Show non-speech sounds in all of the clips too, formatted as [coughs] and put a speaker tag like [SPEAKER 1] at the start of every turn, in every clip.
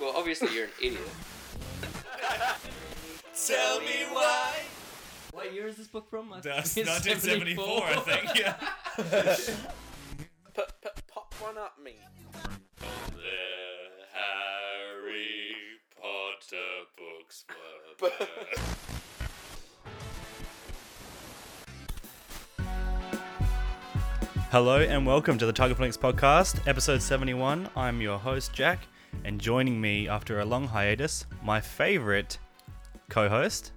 [SPEAKER 1] Well, obviously you're an idiot.
[SPEAKER 2] Tell me
[SPEAKER 3] [laughs]
[SPEAKER 2] why.
[SPEAKER 1] [laughs] What year is this book from?
[SPEAKER 2] That's 1974, I think. Yeah.
[SPEAKER 4] P- p- pop one up me.
[SPEAKER 2] The Harry Potter books were.
[SPEAKER 4] But-
[SPEAKER 3] Hello and welcome to the Tiger Flinks podcast, episode 71. I'm your host, Jack, and joining me after a long hiatus, my favorite co host,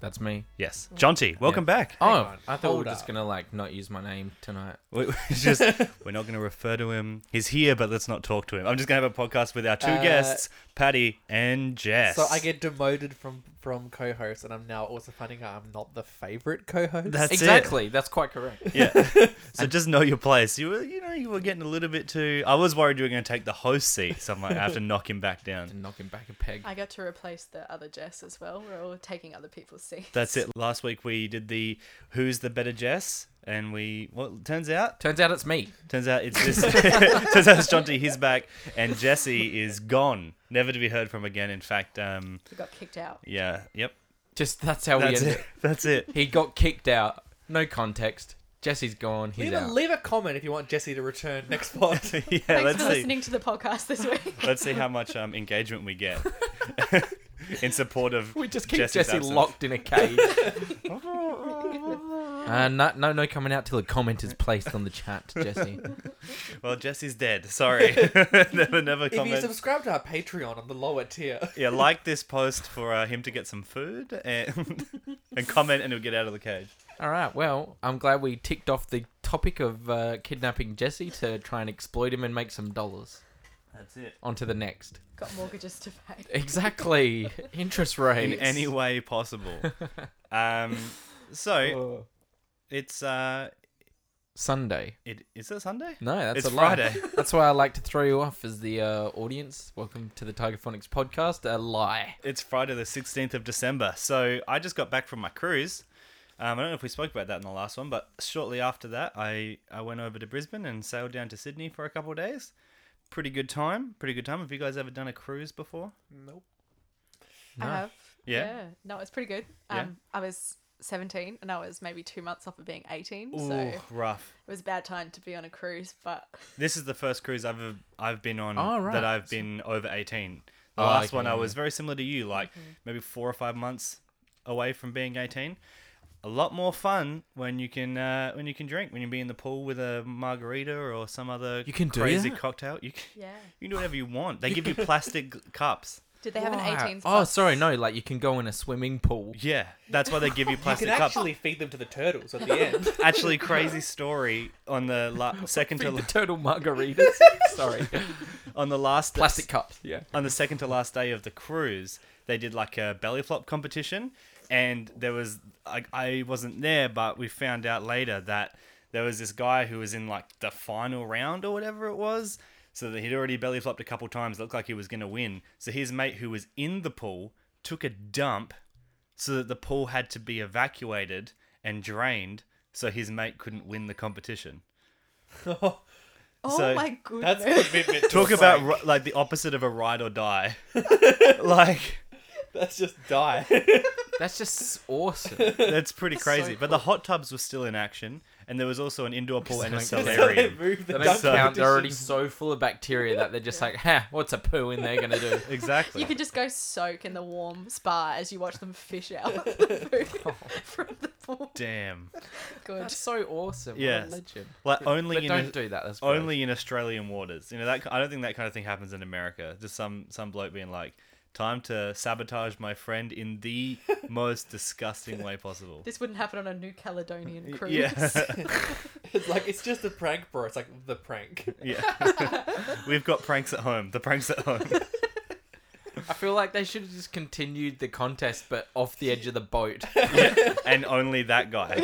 [SPEAKER 5] That's me.
[SPEAKER 3] yes, Jonty. Welcome back.
[SPEAKER 5] Oh, I thought we were
[SPEAKER 2] hold
[SPEAKER 5] just
[SPEAKER 2] up.
[SPEAKER 5] gonna like not use my name tonight.
[SPEAKER 3] We- [laughs] we just, we're not going to refer to him. He's here, but let's not talk to him. I'm just going to have a podcast with our two
[SPEAKER 6] Uh,
[SPEAKER 3] guests, Patty and Jess.
[SPEAKER 6] So I get demoted from from co-host, and I'm now also finding out I'm not the favorite co-host.
[SPEAKER 3] That's it.
[SPEAKER 5] exactly. That's quite
[SPEAKER 6] [laughs]
[SPEAKER 5] correct. [laughs]
[SPEAKER 3] Yeah. So just know your place. You were, you know, you were getting a little bit too. I was worried you were going to take the host seat. So I'm like, I
[SPEAKER 6] [laughs]
[SPEAKER 3] have to knock him back down.
[SPEAKER 5] And knock him back a peg.
[SPEAKER 7] I got to replace the other Jess as well. We're all taking other people's seats.
[SPEAKER 3] That's it. Last week we did the "Who's the Better Jess," and we well turns out
[SPEAKER 5] Turns out it's me.
[SPEAKER 3] turns out it's
[SPEAKER 6] [laughs]
[SPEAKER 3] this. [laughs] turns out it's Jonty. He's back, and Jesse is gone, never to be heard from again. In fact, um,
[SPEAKER 7] We got kicked out.
[SPEAKER 3] yeah, yep,
[SPEAKER 5] Just that's how
[SPEAKER 3] that's
[SPEAKER 5] we
[SPEAKER 3] it.
[SPEAKER 5] ended.
[SPEAKER 3] [laughs] That's it.
[SPEAKER 5] [laughs] He got kicked out. No context. Jesse's gone. He's
[SPEAKER 6] Leave a,
[SPEAKER 5] out.
[SPEAKER 6] leave a comment if you want Jesse to return next
[SPEAKER 3] [laughs]
[SPEAKER 6] pod.
[SPEAKER 3] [laughs] Yeah,
[SPEAKER 7] Thanks
[SPEAKER 3] let's
[SPEAKER 7] for
[SPEAKER 3] see.
[SPEAKER 7] listening to the podcast this
[SPEAKER 3] [laughs]
[SPEAKER 7] week.
[SPEAKER 3] Let's see how much um, engagement we get [laughs] in support of.
[SPEAKER 5] we just keep
[SPEAKER 3] Jesse's
[SPEAKER 5] Jesse
[SPEAKER 3] absence.
[SPEAKER 5] locked in
[SPEAKER 3] [laughs]
[SPEAKER 5] a cage. [laughs] uh, no, no, no coming out till a comment is placed on
[SPEAKER 3] [laughs]
[SPEAKER 5] the chat, Jesse.
[SPEAKER 3] Well, Jesse's dead. Sorry, [laughs] never, never
[SPEAKER 6] if you
[SPEAKER 3] comment.
[SPEAKER 6] subscribe to our Patreon on the lower tier,
[SPEAKER 3] yeah, like this post for uh, him to get some food and [laughs] and comment, and he'll get out of the cage.
[SPEAKER 5] All right. Well, I'm glad we ticked off the topic of uh, kidnapping Jesse to try and exploit him and make some dollars.
[SPEAKER 3] That's it.
[SPEAKER 5] On to the next.
[SPEAKER 7] Got mortgages to pay.
[SPEAKER 3] [laughs]
[SPEAKER 5] Exactly. Interest
[SPEAKER 3] in
[SPEAKER 5] rates.
[SPEAKER 3] any way possible. um,
[SPEAKER 6] [laughs] Oh.
[SPEAKER 3] so it's uh,
[SPEAKER 5] Sunday.
[SPEAKER 3] it is it Sunday?
[SPEAKER 5] No, that's
[SPEAKER 3] It's
[SPEAKER 5] a lie.
[SPEAKER 3] Friday.
[SPEAKER 5] That's why I like to throw you off as the uh, audience. Welcome to the Tiger Phonics podcast. A lie.
[SPEAKER 3] It's Friday the sixteenth of December. So I just got back from my cruise. Um, I don't know if we spoke about that in the last one, but shortly after that, I I went over to Brisbane and sailed down to Sydney for a couple of days. Pretty good time. Pretty good time. Have you guys ever done a cruise before?
[SPEAKER 6] nope.
[SPEAKER 7] I have.
[SPEAKER 3] Yeah.
[SPEAKER 7] No, it's pretty good. Um,
[SPEAKER 3] Yeah.
[SPEAKER 7] I was 17 and I was maybe two months off of being 18. So it
[SPEAKER 3] Ooh, rough.
[SPEAKER 7] was a bad time to be on a cruise, but
[SPEAKER 3] This is the first cruise I've ever- I've been on
[SPEAKER 5] Oh, right.
[SPEAKER 3] that I've been over eighteen. The
[SPEAKER 5] Oh,
[SPEAKER 3] last
[SPEAKER 5] okay,
[SPEAKER 3] one I
[SPEAKER 5] yeah.
[SPEAKER 3] was very similar to you, like maybe four or five months away from being eighteen. A lot more fun when you can uh, when you can drink when you be in the pool with a margarita or some other
[SPEAKER 5] You can do
[SPEAKER 3] crazy
[SPEAKER 5] that?
[SPEAKER 3] cocktail. You can,
[SPEAKER 7] yeah.
[SPEAKER 3] you can do whatever you want. They give
[SPEAKER 5] [laughs]
[SPEAKER 3] you plastic g- cups.
[SPEAKER 7] Did they have
[SPEAKER 5] Wow.
[SPEAKER 7] an 18?
[SPEAKER 5] Oh, sorry. No, like you can go in a swimming [laughs] pool.
[SPEAKER 3] Yeah, that's why they give
[SPEAKER 6] You
[SPEAKER 3] you plastic
[SPEAKER 6] can
[SPEAKER 3] cups. Actually...
[SPEAKER 6] actually feed them to the turtles at the
[SPEAKER 3] [laughs]
[SPEAKER 6] end. [laughs]
[SPEAKER 5] [laughs]
[SPEAKER 3] crazy story on the la- second to
[SPEAKER 5] Feed the
[SPEAKER 3] la-
[SPEAKER 5] turtle
[SPEAKER 3] [laughs]
[SPEAKER 5] margaritas. sorry.
[SPEAKER 3] on the last
[SPEAKER 5] [laughs] Plastic cups. Yeah.
[SPEAKER 3] on the second to last day of the cruise, they did like a belly flop competition, and there was I, I wasn't there, but we found out later that there was this guy who was in like the final round or whatever it was. So that he'd already belly flopped a couple times, looked like he was gonna win. So his mate who was in the pool took a dump, so that the pool had to be evacuated and drained, so his mate couldn't win the competition.
[SPEAKER 7] oh
[SPEAKER 3] so
[SPEAKER 7] my
[SPEAKER 6] That's
[SPEAKER 7] goodness.
[SPEAKER 6] commitment. to
[SPEAKER 3] Talk
[SPEAKER 6] a
[SPEAKER 3] about
[SPEAKER 6] prank.
[SPEAKER 3] ri- like the opposite of a ride or die, [laughs] like.
[SPEAKER 6] That's just
[SPEAKER 3] [laughs]
[SPEAKER 6] die.
[SPEAKER 5] That's just awesome.
[SPEAKER 3] That's pretty crazy. But the hot tubs were still in action, and there was also an indoor pool and
[SPEAKER 6] [laughs]
[SPEAKER 3] a solarium.
[SPEAKER 6] Move the
[SPEAKER 5] They
[SPEAKER 6] dunk
[SPEAKER 5] don't count. They're already
[SPEAKER 6] competition.
[SPEAKER 5] so full of bacteria that they're just like, ha, what's a poo in there
[SPEAKER 3] [laughs]
[SPEAKER 5] gonna do?
[SPEAKER 3] exactly.
[SPEAKER 7] You could just go soak in the warm spa as you watch them fish out the
[SPEAKER 3] [laughs]
[SPEAKER 7] food [laughs] from the pool.
[SPEAKER 3] Damn.
[SPEAKER 7] Good.
[SPEAKER 5] That's so awesome. Yeah.
[SPEAKER 3] Yes.
[SPEAKER 5] What a legend.
[SPEAKER 3] Like only
[SPEAKER 5] But
[SPEAKER 3] in
[SPEAKER 5] don't
[SPEAKER 3] a-
[SPEAKER 5] do that. That's gross.
[SPEAKER 3] only in Australian waters. You know that ki- I don't think that kind of thing happens in America. Just some some bloke being like, "Time to sabotage my friend in the most disgusting way
[SPEAKER 7] [laughs]
[SPEAKER 3] possible."
[SPEAKER 7] This wouldn't happen on a New Caledonian cruise. [laughs]
[SPEAKER 3] Yeah,
[SPEAKER 6] It's like it's just a prank, bro. It's like the prank.
[SPEAKER 3] yeah. [laughs] We've got pranks at home. The pranks at home.
[SPEAKER 5] I feel like they should have just continued the contest, but off the edge of
[SPEAKER 3] [laughs]
[SPEAKER 5] the boat.
[SPEAKER 3] yeah, and only that guy.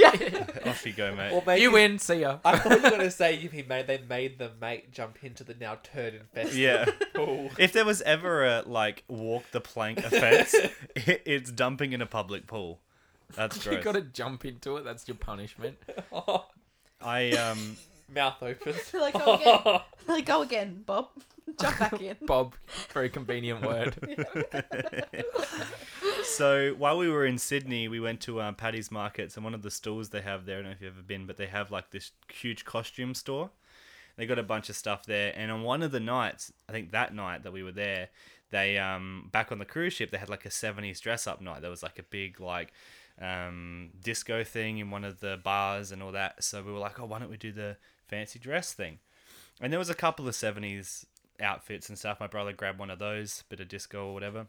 [SPEAKER 3] [laughs] Off you go,
[SPEAKER 6] Or
[SPEAKER 3] mate.
[SPEAKER 6] maybe
[SPEAKER 5] you win. See ya.
[SPEAKER 6] I thought you were gonna say if he made they made the mate jump into the now turd infested
[SPEAKER 3] Yeah.
[SPEAKER 6] [laughs] pool.
[SPEAKER 3] If there was ever a like walk the plank offense, i it's dumping in a public pool. [laughs] That's
[SPEAKER 5] [laughs] You
[SPEAKER 3] gross.
[SPEAKER 5] gotta jump into it. That's your punishment.
[SPEAKER 3] I um
[SPEAKER 6] mouth open.
[SPEAKER 7] They're [laughs] like, oh, go again.
[SPEAKER 6] [laughs]
[SPEAKER 7] They're like, go again, Bob. [laughs] Jump back in.
[SPEAKER 5] Bob, very convenient word.
[SPEAKER 3] so while we were in Sydney, we went to um, Paddy's Markets, and one of the stalls they have there, I don't know if you've ever been, but they have like this huge costume store. They got a bunch of stuff there, and on one of the nights, I think that night that we were there, they um back on the cruise ship they had like a '70s dress up night. There was like a big like um disco thing in one of the bars and all that. So we were like, oh, why don't we do the fancy dress thing? And there was a couple of '70s outfits and stuff. My brother grabbed one of those, bit of disco or whatever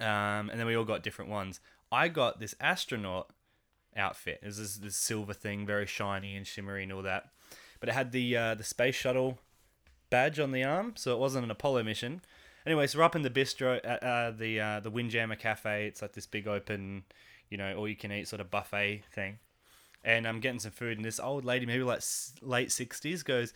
[SPEAKER 3] um, and then we all got different ones. I got this astronaut outfit. It was this, this silver thing, very shiny and shimmery and all that. But it had the uh, the space shuttle badge on the arm, so it wasn't an Apollo mission. Anyway, so we're up in the bistro, uh, uh, the uh, the Windjammer Cafe. It's like this big open, you know, all you can eat sort of buffet thing. And I'm getting some food, and this old lady, maybe like s- late sixties, goes,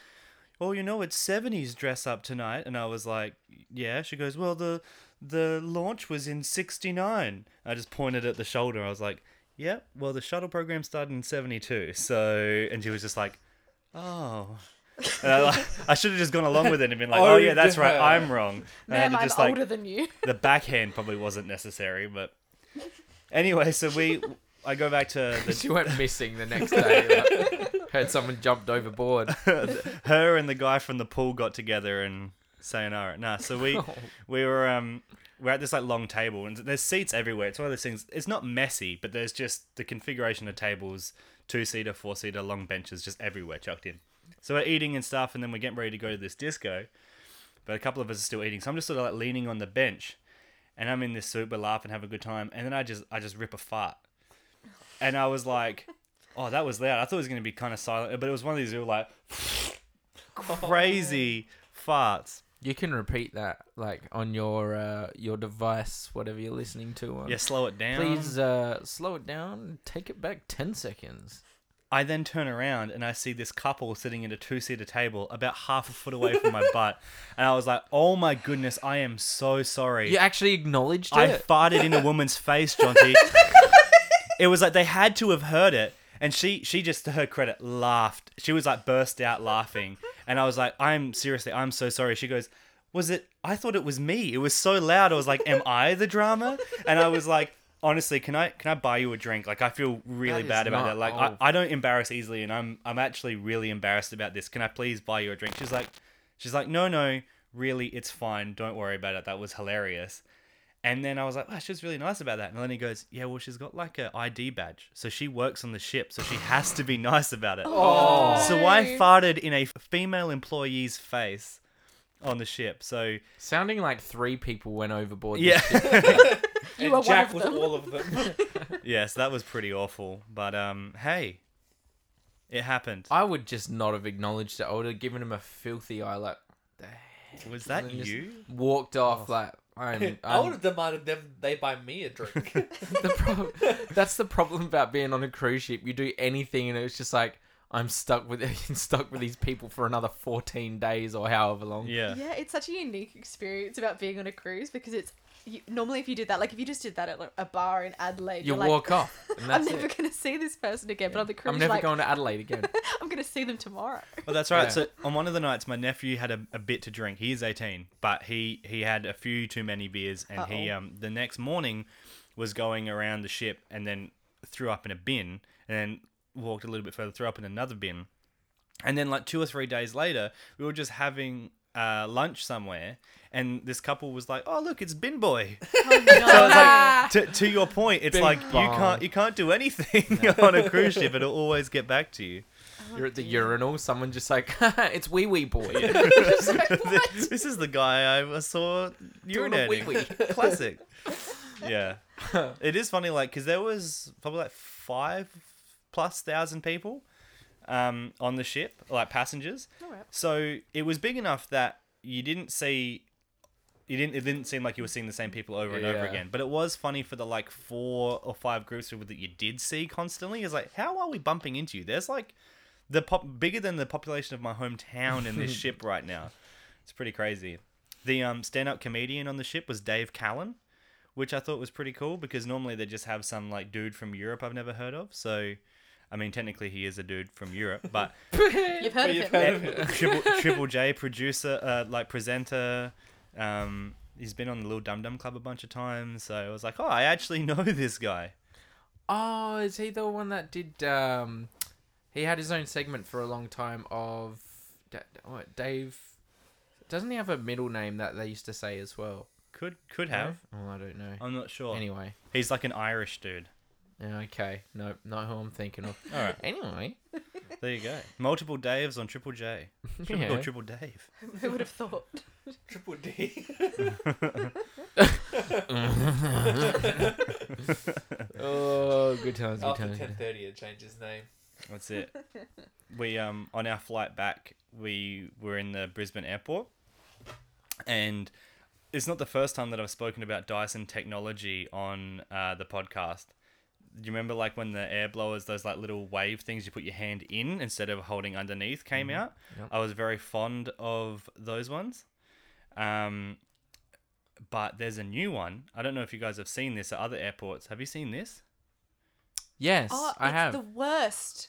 [SPEAKER 3] well, you know, it's seventies dress up tonight, and I was like, yeah. She goes, well, the the launch was in '69. I just pointed at the shoulder. I was like, yeah. Well, the shuttle program started in '72. So, and she was just like, oh. And I, [laughs] like, I should have just gone along with it and been like, oh,
[SPEAKER 6] Oh,
[SPEAKER 3] yeah, that's right,
[SPEAKER 6] yeah.
[SPEAKER 3] I'm
[SPEAKER 7] [laughs]
[SPEAKER 3] wrong. And I had
[SPEAKER 7] Ma'am,
[SPEAKER 3] to
[SPEAKER 7] I'm
[SPEAKER 3] just, like,
[SPEAKER 7] older than you.
[SPEAKER 3] the backhand probably wasn't necessary, but anyway, so we. I go back to the
[SPEAKER 5] she went missing the next day. like, heard someone jumped overboard.
[SPEAKER 3] her and the guy from the pool got together and sayonara. Nah, so we we were um we're at this like long table and there's seats everywhere. It's one of those things. It's not messy, but there's just the configuration of tables, two seater, four seater, long benches, just everywhere chucked in. So we're eating and stuff, and then we're getting ready to go to this disco, but a couple of us are still eating. So I'm just sort of like leaning on the bench, and I'm in this suit, we're laughing, having a good time, and then I just I just rip a fart, and I was like. Oh, that was loud. I thought it was going to be kind of silent, but it was one of these little like crazy farts.
[SPEAKER 5] You can repeat that, like on your uh, your device, whatever you're listening to. On.
[SPEAKER 3] Yeah, slow it down.
[SPEAKER 5] Please uh, slow it down. Take it back ten seconds.
[SPEAKER 3] I then turn around and I see this couple sitting at a two seater table about half a foot away [laughs] from my butt. And I was like, oh my goodness, I am so sorry.
[SPEAKER 5] You actually acknowledged
[SPEAKER 3] I
[SPEAKER 5] it.
[SPEAKER 3] farted in a woman's face,
[SPEAKER 5] [laughs]
[SPEAKER 3] Jonty. it was like they had to have heard it. And she, she just, to her credit, laughed. She was like burst out laughing. And I was like, I'm seriously, I'm so sorry. She goes, Was it? I thought it was me. It was so loud. I was like, Am I the drama? And I was like, Honestly, can I can I buy you a drink? Like I feel really
[SPEAKER 5] That is
[SPEAKER 3] bad about
[SPEAKER 5] not-
[SPEAKER 3] that. Like
[SPEAKER 5] oh.
[SPEAKER 3] I, I don't embarrass easily, and I'm I'm actually really embarrassed about this. Can I please buy you a drink? She's like, she's like, no, no, really, it's fine. Don't worry about it. That was hilarious. And then I was like, wow, she was really nice about that. And Lenny goes, yeah, well, she's got like a ID badge. So she works on the ship. So she has to be [laughs] nice about it.
[SPEAKER 7] [laughs] Oh.
[SPEAKER 3] So I farted in a female employee's face on the ship. So,
[SPEAKER 5] Sounding like three people went overboard. this
[SPEAKER 3] yeah.
[SPEAKER 5] [laughs]
[SPEAKER 7] You are
[SPEAKER 6] Jack
[SPEAKER 7] one
[SPEAKER 6] was
[SPEAKER 7] of them.
[SPEAKER 6] all of
[SPEAKER 7] [laughs]
[SPEAKER 6] them.
[SPEAKER 3] yes, that was pretty awful. But um, hey, it happened.
[SPEAKER 5] I would just not have acknowledged it. I would have given him a filthy eye, like
[SPEAKER 3] Was that
[SPEAKER 5] Lenny just-
[SPEAKER 3] you?
[SPEAKER 5] walked off, like [laughs] I'm.
[SPEAKER 6] I would
[SPEAKER 5] I'm
[SPEAKER 6] have demanded them they buy me a drink.
[SPEAKER 5] [laughs] the problem. That's the problem about being on a cruise ship. You do anything, and it's just like I'm stuck with [laughs] stuck with these people for another 14 days or however long.
[SPEAKER 3] Yeah.
[SPEAKER 7] Yeah, it's such a unique experience about being on a cruise because it's you, normally if you did that, like if you just did that at like, a bar in Adelaide,
[SPEAKER 5] You
[SPEAKER 7] you're like,
[SPEAKER 5] walk
[SPEAKER 7] [laughs]
[SPEAKER 5] off, and
[SPEAKER 7] I'm
[SPEAKER 5] that's
[SPEAKER 7] never
[SPEAKER 5] it.
[SPEAKER 7] gonna see this person again. But on the cruise,
[SPEAKER 5] I'm never
[SPEAKER 7] like,
[SPEAKER 5] going to Adelaide
[SPEAKER 7] [laughs]
[SPEAKER 5] again. [laughs]
[SPEAKER 7] I'm gonna see them tomorrow. [laughs] Oh
[SPEAKER 3] Well, Oh, that's right.
[SPEAKER 5] Yeah.
[SPEAKER 3] So on one of the nights, my nephew had a, a bit to drink. He is eighteen, but he he had a few too many beers, and he
[SPEAKER 7] Uh-oh.
[SPEAKER 3] um the next morning was going around the ship and then threw up in a bin, and then walked a little bit further, threw up in another bin, and then like two or three days later, we were just having uh, lunch somewhere, and this couple was like, "Oh look, it's Bin Boy." So it's
[SPEAKER 5] [laughs]
[SPEAKER 3] like to, to your point, it's
[SPEAKER 5] Bin
[SPEAKER 3] like you
[SPEAKER 5] Bong.
[SPEAKER 3] can't you can't do
[SPEAKER 5] [laughs]
[SPEAKER 3] anything [laughs] on a cruise ship. It'll always get back to you.
[SPEAKER 5] You're at the urinal. Someone just like, [laughs] it's wee wee
[SPEAKER 3] [laughs]
[SPEAKER 5] boy.
[SPEAKER 3] this is the guy I saw
[SPEAKER 5] Doing a
[SPEAKER 3] urinating. [laughs] Classic. Yeah, it is funny. Like, because there was probably like five plus thousand people um, on the ship, like passengers.
[SPEAKER 7] Alright.
[SPEAKER 3] So it was big enough that you didn't see. You didn't. It didn't seem like you were seeing the same people over and over
[SPEAKER 5] Yeah.
[SPEAKER 3] again. But it was funny for the like four or five groups of people that you did see constantly. Is like, how are we bumping into you? There's like the pop bigger than the population of my hometown in this ship right now. It's pretty crazy. The um, stand-up comedian on the ship was Dave Callan, which I thought was pretty cool because normally they just have some like dude from Europe I've never heard of. So I mean, technically he is a dude from Europe, but
[SPEAKER 7] You've heard of
[SPEAKER 6] You've
[SPEAKER 7] him.
[SPEAKER 6] heard of
[SPEAKER 3] Eh, Triple, Triple J producer, uh, like presenter. Um, he's been on the Little Dum Dum Club a bunch of times, so I was like, oh, I actually [laughs] know this guy.
[SPEAKER 5] [laughs] Oh, is he the one that did? Um, he had his own segment for a long time of Da- oh, Dave. Doesn't he have a middle name that they used to say as well?
[SPEAKER 3] Could could have.
[SPEAKER 5] Oh, I don't know.
[SPEAKER 3] I'm not sure.
[SPEAKER 5] Anyway,
[SPEAKER 3] He's like an Irish dude.
[SPEAKER 5] Yeah, okay, nope, not who I'm thinking of.
[SPEAKER 3] All right, [laughs]
[SPEAKER 5] Anyway,
[SPEAKER 3] there you go. Multiple Daves on Triple J. Triple,
[SPEAKER 5] yeah.
[SPEAKER 3] Triple Dave.
[SPEAKER 7] Who would have thought?
[SPEAKER 6] Triple D.
[SPEAKER 5] oh, good times, good
[SPEAKER 6] After
[SPEAKER 5] times.
[SPEAKER 6] ten thirty, it changed his
[SPEAKER 5] [laughs]
[SPEAKER 6] name.
[SPEAKER 3] That's it. we um on our flight back, we were in the Brisbane airport, and it's not the first time that I've spoken about Dyson technology on uh, the podcast. Do you remember like when the air blowers, those like little wave things you put your hand in instead of holding underneath, came out?
[SPEAKER 5] Yep.
[SPEAKER 3] I was very fond of those ones. Um, but there's a new one. I don't know if you guys have seen this at other airports. Have you seen this?
[SPEAKER 5] Yes,
[SPEAKER 7] Oh,
[SPEAKER 5] I
[SPEAKER 7] it's
[SPEAKER 5] have.
[SPEAKER 7] the worst.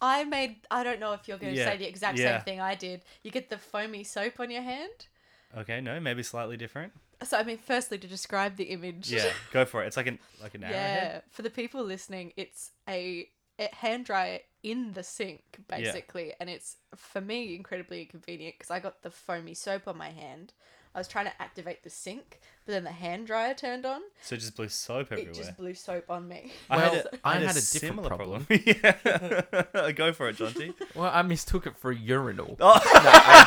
[SPEAKER 7] I made. I don't know if you're going to
[SPEAKER 3] Yeah,
[SPEAKER 7] say the exact
[SPEAKER 3] yeah.
[SPEAKER 7] same thing I did. You get the foamy soap on your hand.
[SPEAKER 3] Okay, no, maybe slightly different.
[SPEAKER 7] So I mean, firstly, to describe the image.
[SPEAKER 3] Yeah, [laughs] go for it. It's like an like an arrowhead.
[SPEAKER 7] yeah. For the people listening, it's a, a hand dryer in the sink basically, and it's for me incredibly inconvenient because I got the foamy soap on my hand. I was trying to activate the sink, but then the hand dryer turned on.
[SPEAKER 3] So it just blew soap everywhere.
[SPEAKER 7] It just blew soap on me. [laughs]
[SPEAKER 3] I had
[SPEAKER 5] Well,
[SPEAKER 3] a,
[SPEAKER 5] I
[SPEAKER 3] I had a
[SPEAKER 5] had a different
[SPEAKER 3] similar
[SPEAKER 5] problem.
[SPEAKER 3] problem. [laughs] yeah. Go for it,
[SPEAKER 5] [laughs]
[SPEAKER 3] Jonty.
[SPEAKER 5] Well, I mistook it for a urinal.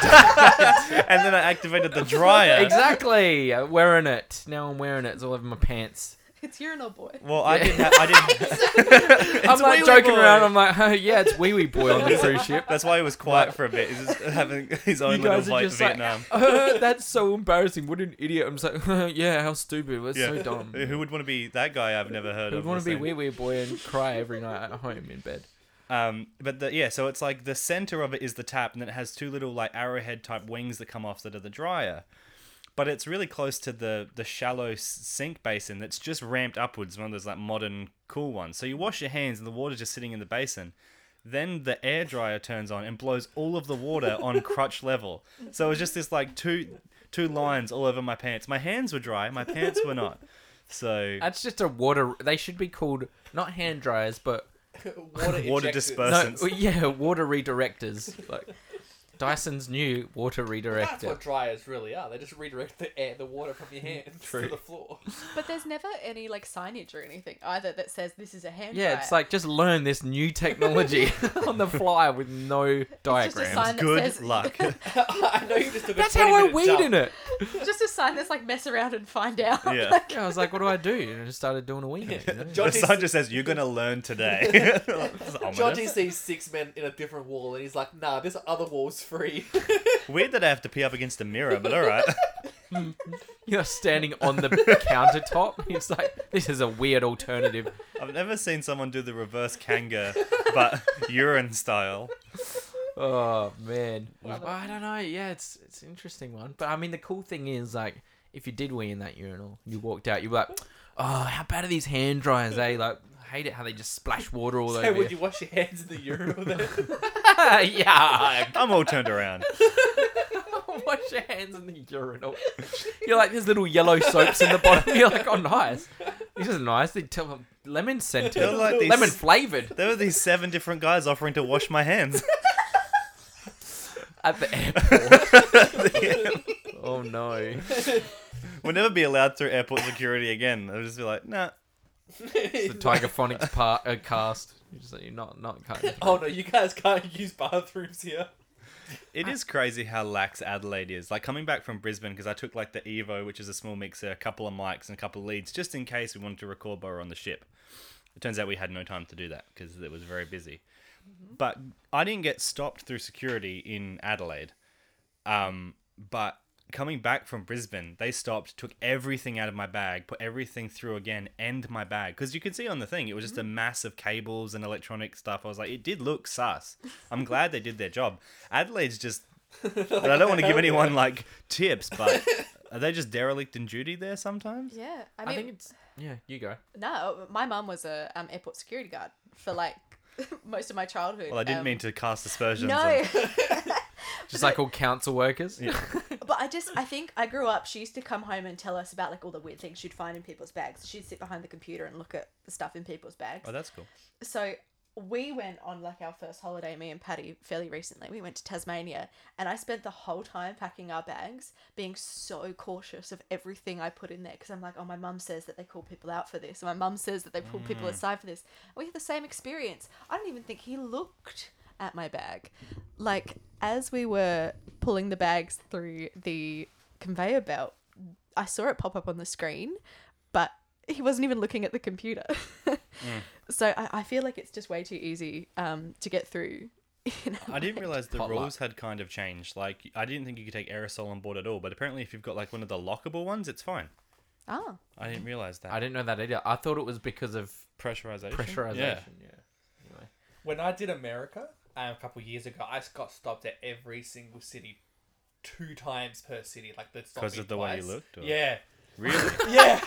[SPEAKER 3] and then I activated the dryer.
[SPEAKER 5] Exactly, I'm wearing it now. I'm wearing it. It's all over my pants.
[SPEAKER 7] It's urinal boy.
[SPEAKER 3] Well, I didn't. Ha- I
[SPEAKER 5] [laughs]
[SPEAKER 3] didn't. [laughs]
[SPEAKER 5] I'm like
[SPEAKER 3] wee-wee
[SPEAKER 5] joking
[SPEAKER 3] boy.
[SPEAKER 5] around. I'm like, oh, yeah, it's wee wee
[SPEAKER 3] [laughs]
[SPEAKER 5] boy on the cruise ship. [laughs]
[SPEAKER 3] That's why he was quiet for a bit. He's just having his own
[SPEAKER 5] You
[SPEAKER 3] little
[SPEAKER 5] guys are
[SPEAKER 3] flight to
[SPEAKER 5] just like,
[SPEAKER 3] Vietnam.
[SPEAKER 5] "Uh, that's so embarrassing. What an idiot. I'm just like, yeah, how stupid. That's
[SPEAKER 3] yeah.
[SPEAKER 5] [laughs] so
[SPEAKER 3] [laughs]
[SPEAKER 5] dumb.
[SPEAKER 3] Who would want to be that guy? I've never heard
[SPEAKER 5] Who'd
[SPEAKER 3] of.
[SPEAKER 5] want
[SPEAKER 3] or
[SPEAKER 5] to be
[SPEAKER 3] seen.
[SPEAKER 5] wee wee boy and cry every night at home
[SPEAKER 3] [laughs]
[SPEAKER 5] in bed?
[SPEAKER 3] Um, but the, yeah, so it's like the center of it is the tap, and then it has two little like arrowhead type wings that come off that are the dryer. But it's really close to the the shallow s- sink basin that's just ramped upwards, one of those like modern cool ones. So you wash your hands, and the water's just sitting in the basin. Then the air dryer turns on and blows all of the water
[SPEAKER 7] [laughs]
[SPEAKER 3] on crutch level. So it was just this like two two lines all over my pants. My hands were dry, my pants were not. So
[SPEAKER 5] That's just a water. They should be called not hand dryers, but
[SPEAKER 6] Water,
[SPEAKER 3] Water
[SPEAKER 6] ejected.
[SPEAKER 3] dispersed.
[SPEAKER 5] no,
[SPEAKER 3] Persons.
[SPEAKER 5] well, [laughs] yeah, water redirectors. Like Dyson's new water
[SPEAKER 6] That's what
[SPEAKER 5] redirector.
[SPEAKER 6] dryers really are. They just redirect the air, the water from your hands
[SPEAKER 3] True.
[SPEAKER 6] to the floor. [laughs]
[SPEAKER 7] But there's never any like signage or anything either that says this is a hand dryer.
[SPEAKER 5] Yeah, it's like just learn this
[SPEAKER 6] [laughs]
[SPEAKER 5] new technology [laughs] on the fly with no
[SPEAKER 7] just a sign
[SPEAKER 5] diagrams.
[SPEAKER 7] that
[SPEAKER 3] good
[SPEAKER 7] says-
[SPEAKER 3] luck.
[SPEAKER 7] [laughs]
[SPEAKER 6] I know you just took a
[SPEAKER 5] That's how I weed in
[SPEAKER 6] it.
[SPEAKER 5] it.
[SPEAKER 7] [laughs] just a sign that's like mess around and find [laughs] out.
[SPEAKER 3] yeah.
[SPEAKER 5] Yeah, I was like, what do I do? And I just started doing
[SPEAKER 6] [laughs]
[SPEAKER 5] a weed in it. you know?
[SPEAKER 3] The
[SPEAKER 6] John
[SPEAKER 3] sign just says, "You're gonna learn today." [laughs] It's ominous.
[SPEAKER 6] Johnny sees six men in a different wall and he's like, nah, this other wall's free.
[SPEAKER 3] Weird that I have to pee up against a mirror, but all right. [laughs]
[SPEAKER 5] You're standing on the countertop. It's like, this is a weird alternative.
[SPEAKER 3] I've never seen someone do the reverse kanga, but urine style.
[SPEAKER 5] Oh man, Well, I don't know. Yeah, it's it's an interesting one. But I mean, the cool thing is like, if you did wee in that urinal, you walked out, you're like, oh, how bad are these hand dryers? They like hate it how they just splash water [laughs]
[SPEAKER 6] [laughs]
[SPEAKER 5] all
[SPEAKER 6] so
[SPEAKER 5] over.
[SPEAKER 6] would
[SPEAKER 5] you.
[SPEAKER 6] you wash your hands in the urinal then?
[SPEAKER 5] [laughs] yeah,
[SPEAKER 3] I'm all turned around.
[SPEAKER 5] wash your hands in the urinal. You're like there's little yellow soaps in the bottom. [laughs] You're like, oh nice, this is nice. They tell them lemon scented, [laughs]
[SPEAKER 3] They're like these-
[SPEAKER 5] lemon flavored
[SPEAKER 3] There were these seven different guys offering to wash my hands. [laughs]
[SPEAKER 5] at the airport. [laughs] oh no.
[SPEAKER 3] we'll never be allowed through airport security again. I'll just be like, nah.
[SPEAKER 5] the Tiger Phonics part uh, cast. You just like, you're not not cutting. it.
[SPEAKER 6] oh no, you guys can't [laughs] use bathrooms here. [laughs]
[SPEAKER 3] It is crazy how lax Adelaide is. Like coming back from Brisbane, because I took like the Evo, which is a small mixer, a couple of mics, and a couple of leads, just in case we wanted to record while we we're on the ship. It turns out we had no time to do that because it was very busy. But I didn't get stopped through security in Adelaide. Um, but coming back from Brisbane, they stopped, took everything out of my bag, put everything through again, and my bag. Because you can see on the thing, it was just a mass of cables and electronic stuff. I was like, it did look sus. I'm glad they did their job. Adelaide's just. and I don't want to give anyone like tips, but are they just derelict in duty there sometimes?
[SPEAKER 7] Yeah, I
[SPEAKER 5] I
[SPEAKER 7] mean,
[SPEAKER 5] think it's yeah. You go.
[SPEAKER 7] no, my mum was a um, airport security guard for like [laughs] most of my childhood.
[SPEAKER 3] Well, I didn't
[SPEAKER 7] um,
[SPEAKER 3] mean to cast aspersions.
[SPEAKER 7] No,
[SPEAKER 3] on-
[SPEAKER 5] Just like all council workers.
[SPEAKER 3] Yeah.
[SPEAKER 7] but I just I think I grew up. She used to come home and tell us about like all the weird things she'd find in people's bags. She'd sit behind the computer and look at the stuff in people's bags.
[SPEAKER 3] Oh, that's cool.
[SPEAKER 7] so we went on like our first holiday, me and Patty, fairly recently. We went to Tasmania, and I spent the whole time packing our bags, being so cautious of everything I put in there because I'm like, oh, my mum says that they call people out for this, and my mum says that they pull people aside for this. And we had the same experience. I don't even think he looked at my bag. Like as we were pulling the bags through the conveyor belt, I saw it pop up on the screen, but he wasn't even looking at the computer. [laughs] So I, I feel like it's just way too easy um, to get through. You know? [laughs]
[SPEAKER 3] I didn't realize the
[SPEAKER 5] Potluck.
[SPEAKER 3] rules had kind of changed. Like, I didn't think you could take aerosol on board at all, but apparently, if you've got like one of the lockable ones, it's fine.
[SPEAKER 7] Oh,
[SPEAKER 3] I didn't realize that.
[SPEAKER 5] [laughs] I didn't know that either. I thought it was because of
[SPEAKER 3] pressurization.
[SPEAKER 5] pressurization.
[SPEAKER 3] Yeah.
[SPEAKER 6] Yeah. When I did America um, a couple of years ago, I just got stopped at every single city, two times per city. Like they stopped
[SPEAKER 3] 'Cause
[SPEAKER 6] me
[SPEAKER 3] of the way you
[SPEAKER 6] twice.
[SPEAKER 3] looked, or-
[SPEAKER 6] Yeah, [laughs]
[SPEAKER 3] Really?
[SPEAKER 6] yeah,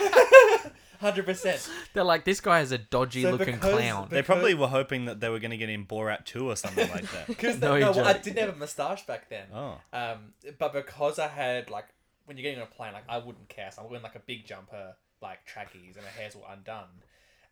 [SPEAKER 6] hundred
[SPEAKER 3] [laughs]
[SPEAKER 6] percent.
[SPEAKER 5] They're like, this guy is a dodgy
[SPEAKER 6] So
[SPEAKER 5] looking
[SPEAKER 6] because-
[SPEAKER 5] clown.
[SPEAKER 3] they probably were hoping that they were going to get in Borat 2 or something like
[SPEAKER 6] [laughs]
[SPEAKER 3] that.
[SPEAKER 6] Because
[SPEAKER 5] No,
[SPEAKER 6] no,
[SPEAKER 5] you're
[SPEAKER 6] I
[SPEAKER 5] joking.
[SPEAKER 6] didn't have a moustache back then.
[SPEAKER 3] Oh.
[SPEAKER 6] Um, but because I had like when you're getting on a plane, like I wouldn't care. So I'm wearing like a big jumper, like trackies, and my hair's all undone.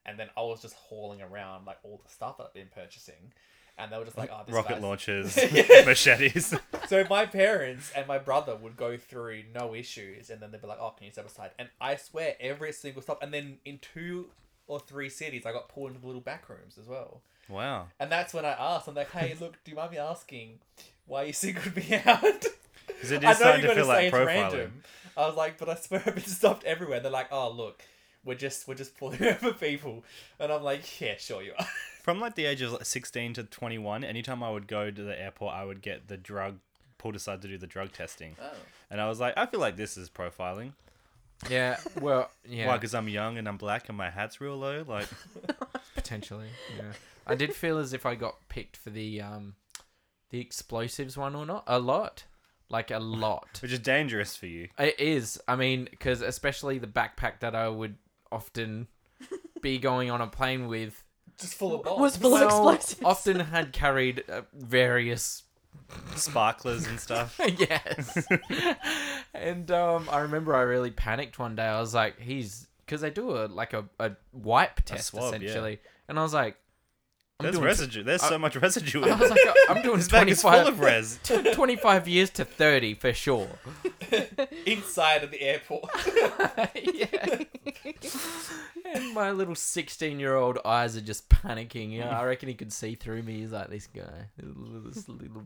[SPEAKER 6] And then I was just hauling around like all the stuff that I've been purchasing, and they were just like, "Oh, this
[SPEAKER 3] Rocket
[SPEAKER 6] guy's- [laughs]
[SPEAKER 3] launchers,
[SPEAKER 6] Yeah. [laughs]
[SPEAKER 3] machetes.
[SPEAKER 6] So my parents and my brother would go through no issues, and then they'd be like, "Oh, can you step aside?" And I swear, every single stop. And then in two or three cities, I got pulled into little back rooms as well.
[SPEAKER 3] Wow.
[SPEAKER 6] And that's when I asked, I'm like, "Hey, look, do you mind me asking why you [laughs] singled me out?"
[SPEAKER 3] 'Cause it
[SPEAKER 6] I
[SPEAKER 3] is
[SPEAKER 6] know
[SPEAKER 3] starting
[SPEAKER 6] you're gonna
[SPEAKER 3] to feel
[SPEAKER 6] say
[SPEAKER 3] like
[SPEAKER 6] it's
[SPEAKER 3] profiling.
[SPEAKER 6] random. I was like, but I swear [laughs] I've been stopped everywhere. They're like, oh look, we're just we're just pulling [laughs] over people, and I'm like, yeah, sure you are. [laughs]
[SPEAKER 3] From like the age of like 16 to 21, anytime I would go to the airport, I would get the drug pulled aside to do the drug testing.
[SPEAKER 6] Oh.
[SPEAKER 3] And I was like, I feel like this is profiling.
[SPEAKER 5] [laughs] yeah, well,
[SPEAKER 3] Why?
[SPEAKER 5] yeah,
[SPEAKER 3] Why? Because I'm young and I'm black and my hat's real low.
[SPEAKER 5] [laughs]
[SPEAKER 3] Like,
[SPEAKER 5] potentially. Yeah, I did feel as if I got picked for the um, the explosives one or not a lot, like a lot.
[SPEAKER 3] [laughs] which is dangerous for you.
[SPEAKER 5] It is. I mean, because especially the backpack that I would often be going on a plane with
[SPEAKER 6] Just full of bombs.
[SPEAKER 7] was full of
[SPEAKER 5] well,
[SPEAKER 7] explosives.
[SPEAKER 5] often had carried uh, various.
[SPEAKER 3] Sparklers and stuff.
[SPEAKER 5] [laughs] yes. and um, I remember I really panicked one day. I was like, he's. Because they do a like a, a wipe test
[SPEAKER 3] swab, yeah.
[SPEAKER 5] essentially. And I was like, I'm
[SPEAKER 3] There's
[SPEAKER 5] doing.
[SPEAKER 3] residue. There's so much residue in
[SPEAKER 5] [laughs] I
[SPEAKER 3] it.
[SPEAKER 5] was like,
[SPEAKER 3] [laughs]
[SPEAKER 5] I'm doing
[SPEAKER 3] This bag is full
[SPEAKER 5] 25,
[SPEAKER 3] of
[SPEAKER 5] [laughs]
[SPEAKER 3] res.
[SPEAKER 5] 25 years to 30 for sure.
[SPEAKER 6] [laughs] inside of the
[SPEAKER 3] [laughs]
[SPEAKER 6] airport.
[SPEAKER 5] yeah. and my little 16 year old eyes are just panicking. Yeah, I reckon he could see through me. He's like, this guy. This little...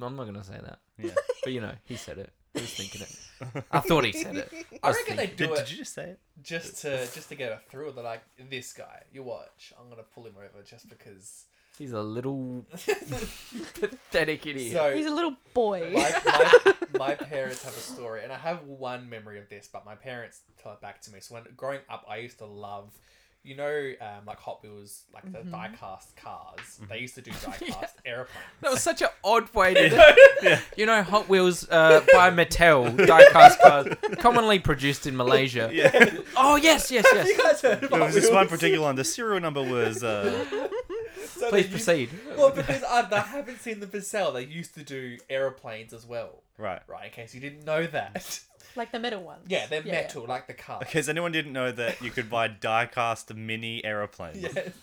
[SPEAKER 5] I'm not going to say that.
[SPEAKER 3] Yeah.
[SPEAKER 5] But you know, he said it. He was thinking it. I thought he said it.
[SPEAKER 6] [laughs] I
[SPEAKER 5] was
[SPEAKER 6] reckon they
[SPEAKER 5] thinking-
[SPEAKER 6] do
[SPEAKER 3] Did,
[SPEAKER 6] it
[SPEAKER 3] did you just say
[SPEAKER 5] [laughs]
[SPEAKER 3] it?
[SPEAKER 6] just to just to get her through. They're like, this guy, you watch. I'm gonna pull him over just because.
[SPEAKER 5] He's
[SPEAKER 6] [laughs]
[SPEAKER 5] a little pathetic idiot.
[SPEAKER 6] So
[SPEAKER 7] He's a little
[SPEAKER 6] [laughs]
[SPEAKER 7] boy.
[SPEAKER 6] my, my, my parents have a story, and I have one memory of this, but my parents tell it back to me. So when growing up, I used to love, you know, um, like Hot Wheels, like the die-cast cars.
[SPEAKER 3] Mm-hmm.
[SPEAKER 6] They used [laughs] to do die-cast aeroplanes.
[SPEAKER 5] that was such an odd way
[SPEAKER 6] [laughs]
[SPEAKER 5] to. You know, Hot Wheels uh, by Mattel, diecast cars, commonly produced
[SPEAKER 6] [laughs]
[SPEAKER 5] in Malaysia.
[SPEAKER 3] Yeah.
[SPEAKER 5] Oh yes, yes,
[SPEAKER 6] You
[SPEAKER 5] yes.
[SPEAKER 6] guys heard of
[SPEAKER 3] There
[SPEAKER 6] Hot
[SPEAKER 3] was this
[SPEAKER 6] Wheels?
[SPEAKER 3] one particular one. The serial number was. Uh,
[SPEAKER 6] So
[SPEAKER 5] Please
[SPEAKER 6] they used-
[SPEAKER 5] proceed.
[SPEAKER 6] Well, because I, I haven't seen them for sale. They used to do aeroplanes as well,
[SPEAKER 3] right.
[SPEAKER 6] right? In case you didn't know that. [laughs]
[SPEAKER 7] like the metal ones.
[SPEAKER 6] Yeah, they're
[SPEAKER 7] Yeah.
[SPEAKER 6] metal, like the cars.
[SPEAKER 3] Because anyone didn't know that you could buy die-cast mini aeroplanes.
[SPEAKER 6] Yes.
[SPEAKER 5] [laughs]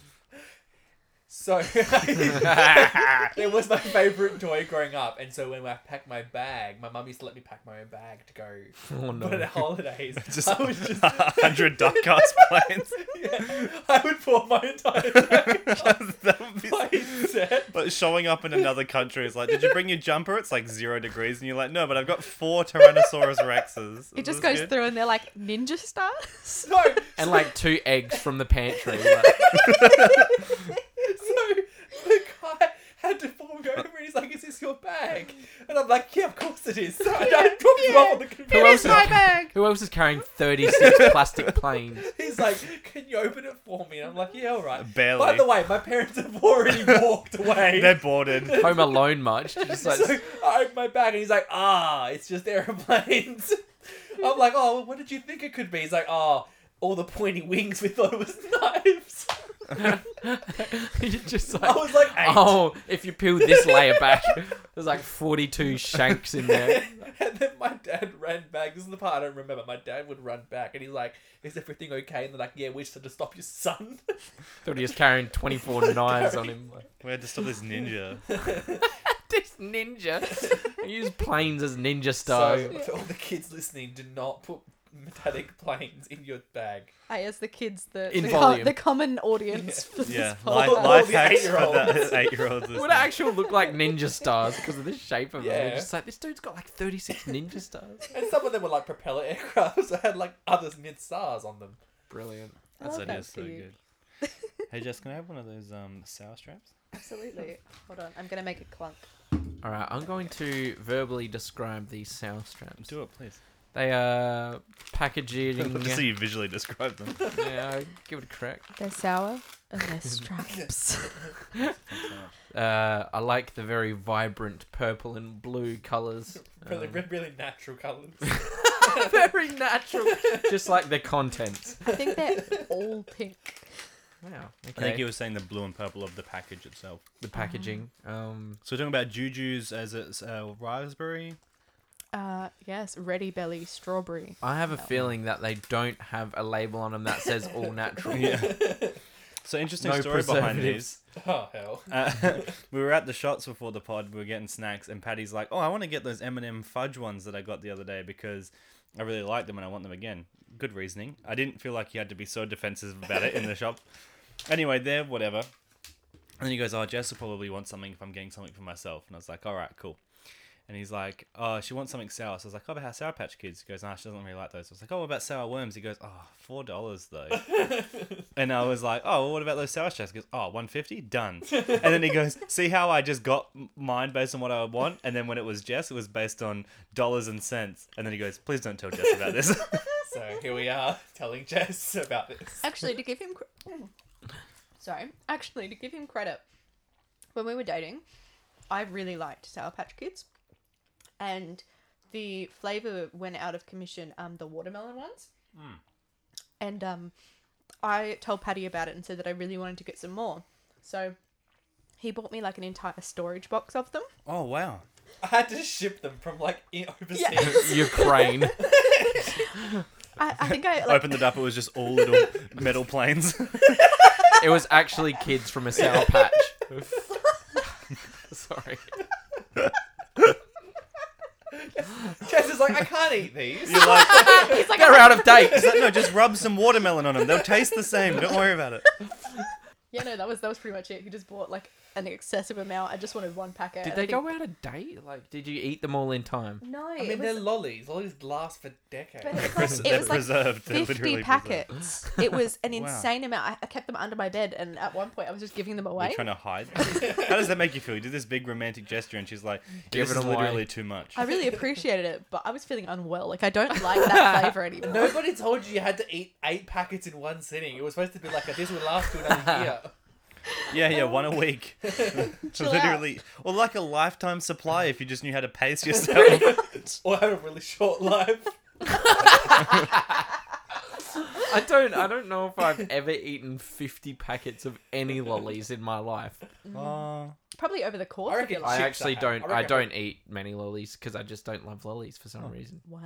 [SPEAKER 6] So it was my favorite toy growing up, and so when I packed my bag, my mum used to let me pack my own bag to go.
[SPEAKER 5] Oh, no.
[SPEAKER 6] But at
[SPEAKER 5] [laughs]
[SPEAKER 6] holidays,
[SPEAKER 3] [laughs] Just
[SPEAKER 6] I would just. [laughs]
[SPEAKER 3] [laughs] hundred die-cast planes.
[SPEAKER 6] yeah, I would pour my
[SPEAKER 5] [laughs]
[SPEAKER 6] entire bag [laughs]
[SPEAKER 3] that would be.
[SPEAKER 6] by set. [laughs]
[SPEAKER 3] But showing up in another country is like, did you bring your jumper? It's like zero degrees, and you're like, no, but I've got four Tyrannosaurus Rexes.
[SPEAKER 7] It just
[SPEAKER 3] This
[SPEAKER 7] goes
[SPEAKER 3] is good.
[SPEAKER 7] through and they're like
[SPEAKER 6] [laughs]
[SPEAKER 7] ninja stars.
[SPEAKER 6] No,
[SPEAKER 5] and like two eggs from the pantry. like-
[SPEAKER 6] so the guy had to pull me over, and he's like, "Is this your bag?" And I'm like, "Yeah, of course it is."
[SPEAKER 5] [laughs]
[SPEAKER 6] So I dropped it off on the
[SPEAKER 5] Who
[SPEAKER 6] computer.
[SPEAKER 5] else, is,
[SPEAKER 7] My bag.
[SPEAKER 5] who else is carrying
[SPEAKER 6] [laughs]
[SPEAKER 5] 36 plastic planes?
[SPEAKER 6] He's like, "Can you open it for me?" And I'm like, "Yeah, all right."
[SPEAKER 3] Uh, Barely.
[SPEAKER 6] By the way, my parents have
[SPEAKER 5] [laughs]
[SPEAKER 6] already walked away. [laughs]
[SPEAKER 3] They're boarded.
[SPEAKER 5] Home Alone much? Just like,
[SPEAKER 6] so I opened my bag and he's like, ah, it's just airplanes. [laughs] I'm like, oh, what did you think it could be? He's like, oh, all the pointy wings. We thought it was [laughs] knives.
[SPEAKER 5] [laughs] You're just
[SPEAKER 6] I
[SPEAKER 5] like,
[SPEAKER 6] was like,
[SPEAKER 5] oh, if you peel this layer back, [laughs] there's like 42 shanks in there.
[SPEAKER 6] [laughs] and then my dad ran back. This is the part I don't remember. My dad would run back, and he's like, "Is everything okay?" And they're like, "Yeah, we just had to stop your son." [laughs]
[SPEAKER 5] Thought he was carrying 24 knives on him. Like,
[SPEAKER 3] We had to stop this ninja.
[SPEAKER 5] [laughs] this ninja. [laughs] He used planes as ninja stars.
[SPEAKER 6] so, for all the kids listening, do not put metallic planes in your bag.
[SPEAKER 7] I, as the kids, the
[SPEAKER 5] In
[SPEAKER 7] the, co-
[SPEAKER 5] volume.
[SPEAKER 7] the common audience for this
[SPEAKER 3] Yeah, life,
[SPEAKER 7] podcast.
[SPEAKER 3] life
[SPEAKER 6] the
[SPEAKER 3] hacks for the
[SPEAKER 6] eight-year-olds.
[SPEAKER 3] [laughs] eight-year-olds.
[SPEAKER 5] would
[SPEAKER 3] listening.
[SPEAKER 5] actually look like ninja stars because of the shape of it.
[SPEAKER 6] Yeah.
[SPEAKER 5] It's just like, this dude's got like 36 ninja stars.
[SPEAKER 6] And some of them were like propeller aircrafts that had like others mid stars on them.
[SPEAKER 5] Brilliant.
[SPEAKER 7] I
[SPEAKER 3] That's
[SPEAKER 7] love
[SPEAKER 3] that
[SPEAKER 7] that
[SPEAKER 3] is
[SPEAKER 7] for
[SPEAKER 3] so
[SPEAKER 7] you.
[SPEAKER 3] good. Hey Jess, can I have one of those um sour straps?
[SPEAKER 7] Absolutely. Hold on, I'm gonna make it clunk.
[SPEAKER 5] All right, I'm going to verbally describe these sound straps.
[SPEAKER 3] Do it, [laughs] please.
[SPEAKER 5] They are [laughs] packaging.
[SPEAKER 3] Just so you visually describe them.
[SPEAKER 5] yeah, I'll give it a crack.
[SPEAKER 7] They're sour and [laughs] they're stripes.
[SPEAKER 5] Uh, I like the very vibrant purple and blue colors. Um,
[SPEAKER 6] Really,
[SPEAKER 5] Oh.
[SPEAKER 6] re- really natural colors.
[SPEAKER 5] [laughs] very natural. Just like the [laughs] contents.
[SPEAKER 7] I think they're [laughs] all pink.
[SPEAKER 5] Wow. Okay.
[SPEAKER 3] I think he was saying the blue and purple of the package itself.
[SPEAKER 5] The packaging. Um,
[SPEAKER 3] So we're talking about Juju's as it's uh, raspberry.
[SPEAKER 7] Uh, yes, ready belly strawberry.
[SPEAKER 5] I have a
[SPEAKER 7] That one.
[SPEAKER 5] feeling that they don't have a label on them that says all natural. [laughs]
[SPEAKER 3] Yeah. so interesting
[SPEAKER 5] No
[SPEAKER 3] story behind these.
[SPEAKER 5] preservatives.
[SPEAKER 6] Oh hell!
[SPEAKER 3] Uh, [laughs] we were at the shots before the pod. We were getting snacks, and Patty's like, "Oh, I want to get those M and m fudge ones that I got the other day because I really like them and I want them again." Good reasoning. I didn't feel like you had to be so defensive about it in the shop. Anyway, they're whatever. And then he goes, "Oh, Jess will probably want something if I'm getting something for myself." And I was like, "All right, cool." And he's like, "Oh, she wants something sour." So I was like, "Oh, but how Sour Patch Kids?" He goes, "Nah, she doesn't really like those." I was like, "Oh, what about sour worms?" He goes, "Oh, four dollars though." And I was like, oh, well, what about those sour straps? He goes, oh, 150? [laughs] Done. And then he goes, see how I just got m- mine based on what I want? And then when it was Jess, it was based on dollars and cents. And then he goes, please don't tell Jess about this. [laughs]
[SPEAKER 6] So here we are telling Jess about this.
[SPEAKER 7] Actually, to give him, cr- [laughs] sorry, actually to give him credit, when we were dating, I really liked Sour Patch Kids, and the flavor went out of commission. Um, the watermelon ones, and um, I told Patty about it and said that I really wanted to get some more. So, he bought me like an entire storage box of them.
[SPEAKER 3] oh, wow.
[SPEAKER 6] I had to ship them from like i- [laughs] overseas.
[SPEAKER 5] [laughs] Ukraine.
[SPEAKER 7] I, I think I like,
[SPEAKER 3] Opened it up, it was just all little metal planes.
[SPEAKER 5] it was actually kids from a sour patch. [laughs] Sorry.
[SPEAKER 6] Jess is like, I can't eat these.
[SPEAKER 3] [laughs] You're like,
[SPEAKER 7] he's like
[SPEAKER 5] They're out of date.
[SPEAKER 3] [laughs] "Is that- no, just rub some watermelon on them. They'll taste the same. Don't worry about it.
[SPEAKER 7] yeah no that was that was pretty much it. He just bought like an excessive amount. I just wanted one packet.
[SPEAKER 5] Did
[SPEAKER 7] and I
[SPEAKER 5] they
[SPEAKER 7] think-
[SPEAKER 5] go out of date? Like, did you eat them all in time?
[SPEAKER 7] No,
[SPEAKER 6] I
[SPEAKER 7] it
[SPEAKER 6] mean,
[SPEAKER 7] was-
[SPEAKER 6] they're lollies. Lollies last for decades.
[SPEAKER 7] But it's
[SPEAKER 3] [laughs] Pres-
[SPEAKER 7] like,
[SPEAKER 3] they're
[SPEAKER 7] it was like
[SPEAKER 3] preserved. They're
[SPEAKER 7] 50
[SPEAKER 3] literally
[SPEAKER 5] uh,
[SPEAKER 7] packets. It was
[SPEAKER 5] [laughs]
[SPEAKER 7] an
[SPEAKER 3] Wow.
[SPEAKER 7] insane amount. I, I kept them under my bed, and at one point I was just giving them
[SPEAKER 3] We're
[SPEAKER 7] away.
[SPEAKER 3] trying to [laughs] hide. How does that make you feel? You did this big romantic gesture, and she's like,
[SPEAKER 5] Give
[SPEAKER 3] "This
[SPEAKER 5] it
[SPEAKER 3] is
[SPEAKER 5] away."
[SPEAKER 3] literally too much."
[SPEAKER 7] I really appreciated it, but I was feeling unwell. Like,
[SPEAKER 5] [laughs]
[SPEAKER 7] I don't like that flavor
[SPEAKER 6] [laughs]
[SPEAKER 7] anymore.
[SPEAKER 6] Nobody told you you had to eat eight packets in one sitting. It was supposed to be like, this will last you
[SPEAKER 5] [laughs]
[SPEAKER 6] another year.
[SPEAKER 3] Yeah, yeah, one a week.
[SPEAKER 7] Chill out.
[SPEAKER 3] Literally, or like a lifetime supply if you just knew how to
[SPEAKER 5] [laughs]
[SPEAKER 3] pace yourself.
[SPEAKER 6] Or have a really short
[SPEAKER 7] [laughs]
[SPEAKER 6] life.
[SPEAKER 5] I don't. I don't know if I've ever eaten fifty packets of any lollies in my life.
[SPEAKER 3] oh,
[SPEAKER 7] Probably over the course
[SPEAKER 6] I
[SPEAKER 7] of
[SPEAKER 6] reckon
[SPEAKER 7] your life.
[SPEAKER 5] I
[SPEAKER 6] Chips
[SPEAKER 5] actually
[SPEAKER 6] I have.
[SPEAKER 5] don't.
[SPEAKER 6] I
[SPEAKER 5] I,
[SPEAKER 6] reckon-
[SPEAKER 5] don't eat many lollies because I just don't love lollies for some reason.
[SPEAKER 7] Wow.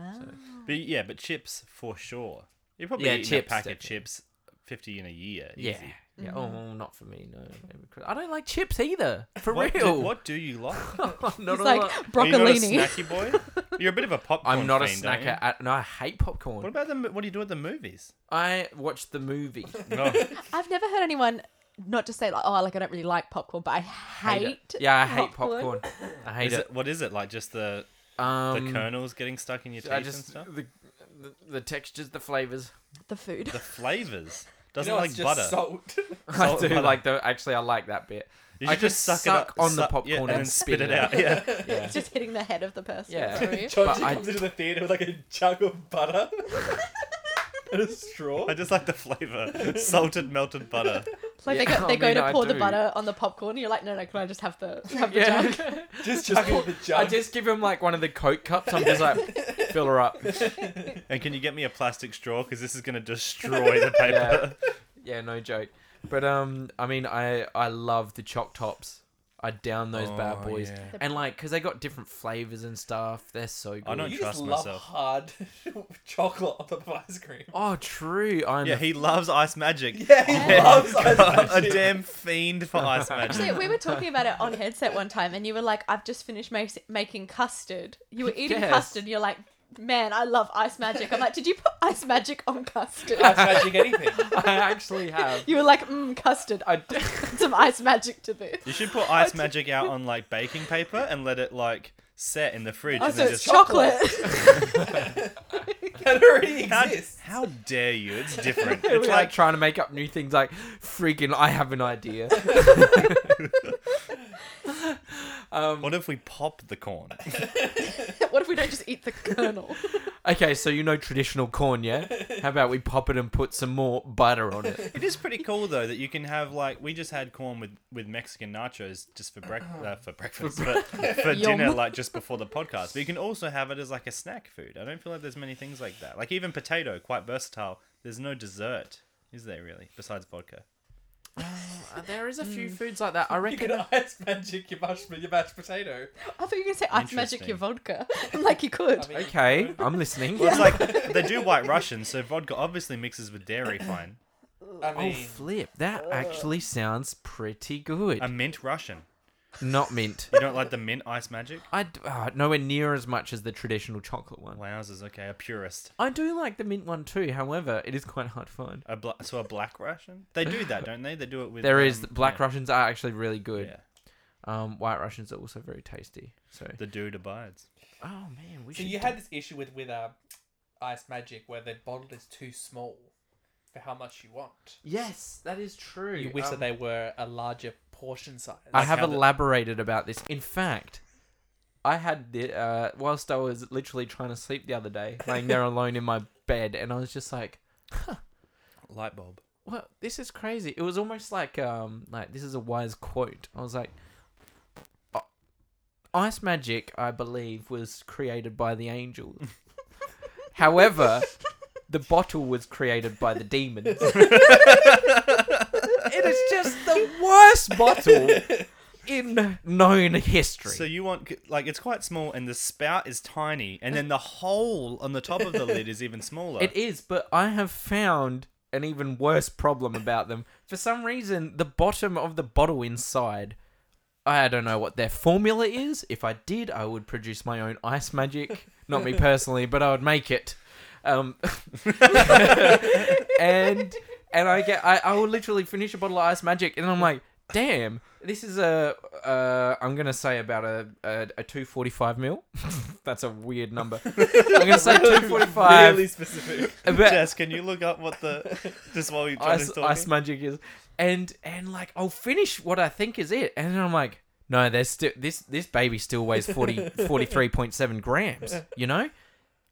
[SPEAKER 3] but yeah, but chips for sure. You probably
[SPEAKER 5] Yeah,
[SPEAKER 3] eat a
[SPEAKER 5] chips,
[SPEAKER 3] pack of
[SPEAKER 5] definitely.
[SPEAKER 3] chips fifty in a year.
[SPEAKER 5] Yeah.
[SPEAKER 3] easy.
[SPEAKER 5] Yeah. Oh, not for me. No. maybe 'cause- I don't like chips either. For
[SPEAKER 3] What do,
[SPEAKER 5] real.
[SPEAKER 3] what do you like?
[SPEAKER 5] [laughs] not
[SPEAKER 7] It's
[SPEAKER 5] a
[SPEAKER 7] like
[SPEAKER 5] lot.
[SPEAKER 3] Are you not a
[SPEAKER 7] broccolini.
[SPEAKER 3] snacky boy.
[SPEAKER 5] [laughs]
[SPEAKER 3] You're a bit of a popcorn.
[SPEAKER 5] I'm not a
[SPEAKER 3] fiend, aren't you?
[SPEAKER 5] snacker. At, no, I hate popcorn.
[SPEAKER 3] eh? What about the? mo- What do you do at the movies?
[SPEAKER 5] [laughs] I watched the
[SPEAKER 7] [laughs]
[SPEAKER 5] movie.
[SPEAKER 3] No.
[SPEAKER 7] [laughs] I've never heard anyone not just say, like, oh, like, I don't really like popcorn, but I hate,
[SPEAKER 5] it. Yeah, I hate
[SPEAKER 7] popcorn.
[SPEAKER 5] popcorn. I hate
[SPEAKER 3] Is
[SPEAKER 5] it.
[SPEAKER 3] it, what is it like? Just the the
[SPEAKER 5] Um,
[SPEAKER 3] kernels getting stuck in your teeth
[SPEAKER 5] I
[SPEAKER 3] and
[SPEAKER 5] just
[SPEAKER 3] stuff.
[SPEAKER 5] the, the the textures, the flavors. [laughs]
[SPEAKER 7] the food. [laughs]
[SPEAKER 3] The flavors
[SPEAKER 6] You
[SPEAKER 3] doesn't
[SPEAKER 6] know, it's
[SPEAKER 3] like
[SPEAKER 6] just
[SPEAKER 3] butter.
[SPEAKER 6] salt. [laughs]
[SPEAKER 5] I
[SPEAKER 3] Salt
[SPEAKER 5] do
[SPEAKER 3] butter.
[SPEAKER 5] like the. Actually, I like that bit.
[SPEAKER 3] you
[SPEAKER 5] I
[SPEAKER 3] should just
[SPEAKER 5] could
[SPEAKER 3] suck, it up
[SPEAKER 5] suck on the
[SPEAKER 3] suck- yeah,
[SPEAKER 5] popcorn
[SPEAKER 3] and,
[SPEAKER 5] and
[SPEAKER 3] then
[SPEAKER 5] spit
[SPEAKER 3] spit it
[SPEAKER 5] it
[SPEAKER 3] out. Yeah.
[SPEAKER 5] Yeah.
[SPEAKER 7] Just hitting the head of the person.
[SPEAKER 5] Yeah.
[SPEAKER 7] sorry.
[SPEAKER 6] George
[SPEAKER 5] I-
[SPEAKER 6] comes into the theatre with like a jug of butter
[SPEAKER 5] [laughs]
[SPEAKER 7] [laughs]
[SPEAKER 6] and a straw.
[SPEAKER 3] I just like the flavor. Salted melted butter.
[SPEAKER 7] Like,
[SPEAKER 5] Yeah, [laughs]
[SPEAKER 7] they go,
[SPEAKER 5] I
[SPEAKER 7] they go
[SPEAKER 5] mean,
[SPEAKER 7] to
[SPEAKER 5] I
[SPEAKER 7] pour the
[SPEAKER 5] do.
[SPEAKER 7] butter on the popcorn, and you're like, no, no, can I just
[SPEAKER 5] [laughs]
[SPEAKER 7] have the, have the
[SPEAKER 5] Yeah.
[SPEAKER 7] jug?
[SPEAKER 6] Just jug of the jug.
[SPEAKER 5] I just give him like one of the Coke cups. I'm just
[SPEAKER 7] [laughs]
[SPEAKER 5] like, fill her up.
[SPEAKER 3] And can you get me a plastic straw? Because this is going to destroy the paper.
[SPEAKER 5] Yeah, no joke. But um, I mean, I I love the choc tops. I down those bad
[SPEAKER 3] Oh,
[SPEAKER 5] boys,
[SPEAKER 3] yeah.
[SPEAKER 5] and like, cause they got different flavors and stuff. They're so good.
[SPEAKER 3] I don't
[SPEAKER 6] you
[SPEAKER 3] trust
[SPEAKER 6] just love
[SPEAKER 3] myself.
[SPEAKER 6] hard [laughs] chocolate on top of ice [laughs] cream.
[SPEAKER 5] Oh, true. I'm
[SPEAKER 3] Yeah,
[SPEAKER 5] the-
[SPEAKER 3] he loves ice magic.
[SPEAKER 6] Yeah, he loves ice
[SPEAKER 3] God,
[SPEAKER 6] magic.
[SPEAKER 3] [laughs] A damn fiend for [laughs] ice magic.
[SPEAKER 7] Actually, we were talking about it on headset one time, and you were like, "I've just finished mas- making custard." You were eating
[SPEAKER 5] Yes.
[SPEAKER 7] custard. And you're like, "Man, I love ice magic." I'm like, "Did you put ice magic on custard?"
[SPEAKER 6] Ice magic anything.
[SPEAKER 5] [laughs] I actually have.
[SPEAKER 7] you were like, "Mmm, custard.
[SPEAKER 5] [laughs]
[SPEAKER 7] I d- some ice magic to this."
[SPEAKER 3] You should put
[SPEAKER 7] [laughs]
[SPEAKER 3] ice magic out on like baking paper and let it like set in the fridge.
[SPEAKER 7] Oh,
[SPEAKER 3] and
[SPEAKER 7] so
[SPEAKER 3] then
[SPEAKER 7] it's
[SPEAKER 3] just
[SPEAKER 7] chocolate. [laughs]
[SPEAKER 6] That already
[SPEAKER 3] how,
[SPEAKER 6] exists.
[SPEAKER 3] how dare you? It's different.
[SPEAKER 5] It's
[SPEAKER 3] It's
[SPEAKER 5] like
[SPEAKER 3] like
[SPEAKER 5] trying to make up new things. Like, freaking, I have an idea. um,
[SPEAKER 3] what if we pop the corn?
[SPEAKER 7] what if we don't just eat the kernel?
[SPEAKER 5] okay, so you know traditional corn, yeah? How about we pop it and put some more butter on it?
[SPEAKER 3] It is pretty cool though that you can have like we just had corn with with Mexican nachos just for break uh, for breakfast but [laughs] for
[SPEAKER 7] Yum.
[SPEAKER 3] dinner like just before the podcast. But you can also have it as like a snack food. I don't feel like there's many things like that. Like even potato, quite versatile. There's no dessert, is there really? Besides vodka.
[SPEAKER 5] Uh, there is a few foods like that. I
[SPEAKER 6] You can
[SPEAKER 5] reckon.
[SPEAKER 6] ice magic your mashed, your mashed potato.
[SPEAKER 7] I thought you were gonna say ice magic your
[SPEAKER 3] Interesting.
[SPEAKER 7] vodka. I'm like, you could.
[SPEAKER 6] I mean, you
[SPEAKER 5] [laughs] Okay,
[SPEAKER 6] could.
[SPEAKER 5] I'm listening.
[SPEAKER 3] Well, it's [laughs] like they do white Russian, so vodka obviously mixes with dairy fine.
[SPEAKER 6] I
[SPEAKER 5] Oh,
[SPEAKER 6] mean,
[SPEAKER 5] flip. That actually sounds pretty good.
[SPEAKER 3] A mint Russian. [laughs]
[SPEAKER 5] Not mint.
[SPEAKER 3] You don't like the mint ice magic?
[SPEAKER 5] I d- uh, nowhere near as much as the traditional chocolate one.
[SPEAKER 3] Wowzers, okay, a purist.
[SPEAKER 5] I do like the mint one too. However, it is quite hard to find.
[SPEAKER 3] A bla- so a black Russian? They do that, don't they? They do it with.
[SPEAKER 5] There is
[SPEAKER 3] um,
[SPEAKER 5] black
[SPEAKER 3] yeah,
[SPEAKER 5] Russians are actually really good.
[SPEAKER 3] Yeah,
[SPEAKER 5] Um, white Russians are also very tasty. So,
[SPEAKER 3] the dude abides.
[SPEAKER 5] oh man, we
[SPEAKER 6] so
[SPEAKER 5] should.
[SPEAKER 6] you had this issue with with uh, ice magic where the bottle is too small for how much you want.
[SPEAKER 5] yes, that is true.
[SPEAKER 6] You wish
[SPEAKER 5] Um,
[SPEAKER 6] that they were a larger portion size.
[SPEAKER 5] I have
[SPEAKER 3] how the-
[SPEAKER 5] elaborated about this. In fact, I had the uh, whilst I was literally trying to sleep the other day,
[SPEAKER 6] [laughs]
[SPEAKER 5] laying there alone in my bed, and I was just like,
[SPEAKER 3] Light bulb.
[SPEAKER 5] "Well, this is crazy." It was almost like um, like this is a wise quote. I was like. "Oh, Ice magic, I believe, was created by the angels. However, the bottle was created by the demons. It is just the worst bottle in known history.
[SPEAKER 3] So you want c- like it's quite small, and the spout is tiny, and then the hole on the top of the lid is even smaller.
[SPEAKER 5] [laughs] it is, but I have found an even worse problem about them. For some reason, the bottom of the bottle inside, I don't know what their formula is. If I did, I would produce my own ice magic. Not me personally, but I would make it. Um, and and I get I, I will literally finish a bottle of ice magic and I'm like, damn, this is a uh, I'm gonna say about a a, a 245 mil. [laughs] That's a weird number. I'm gonna say 245.
[SPEAKER 6] Really specific.
[SPEAKER 5] [laughs] about-
[SPEAKER 3] Jess, can you look up what the [laughs] just while we John is
[SPEAKER 5] ice,
[SPEAKER 3] talking?
[SPEAKER 5] ice magic is and and like I'll finish what I think is it and then I'm like no there's still this this baby still weighs 40 43.7 grams you know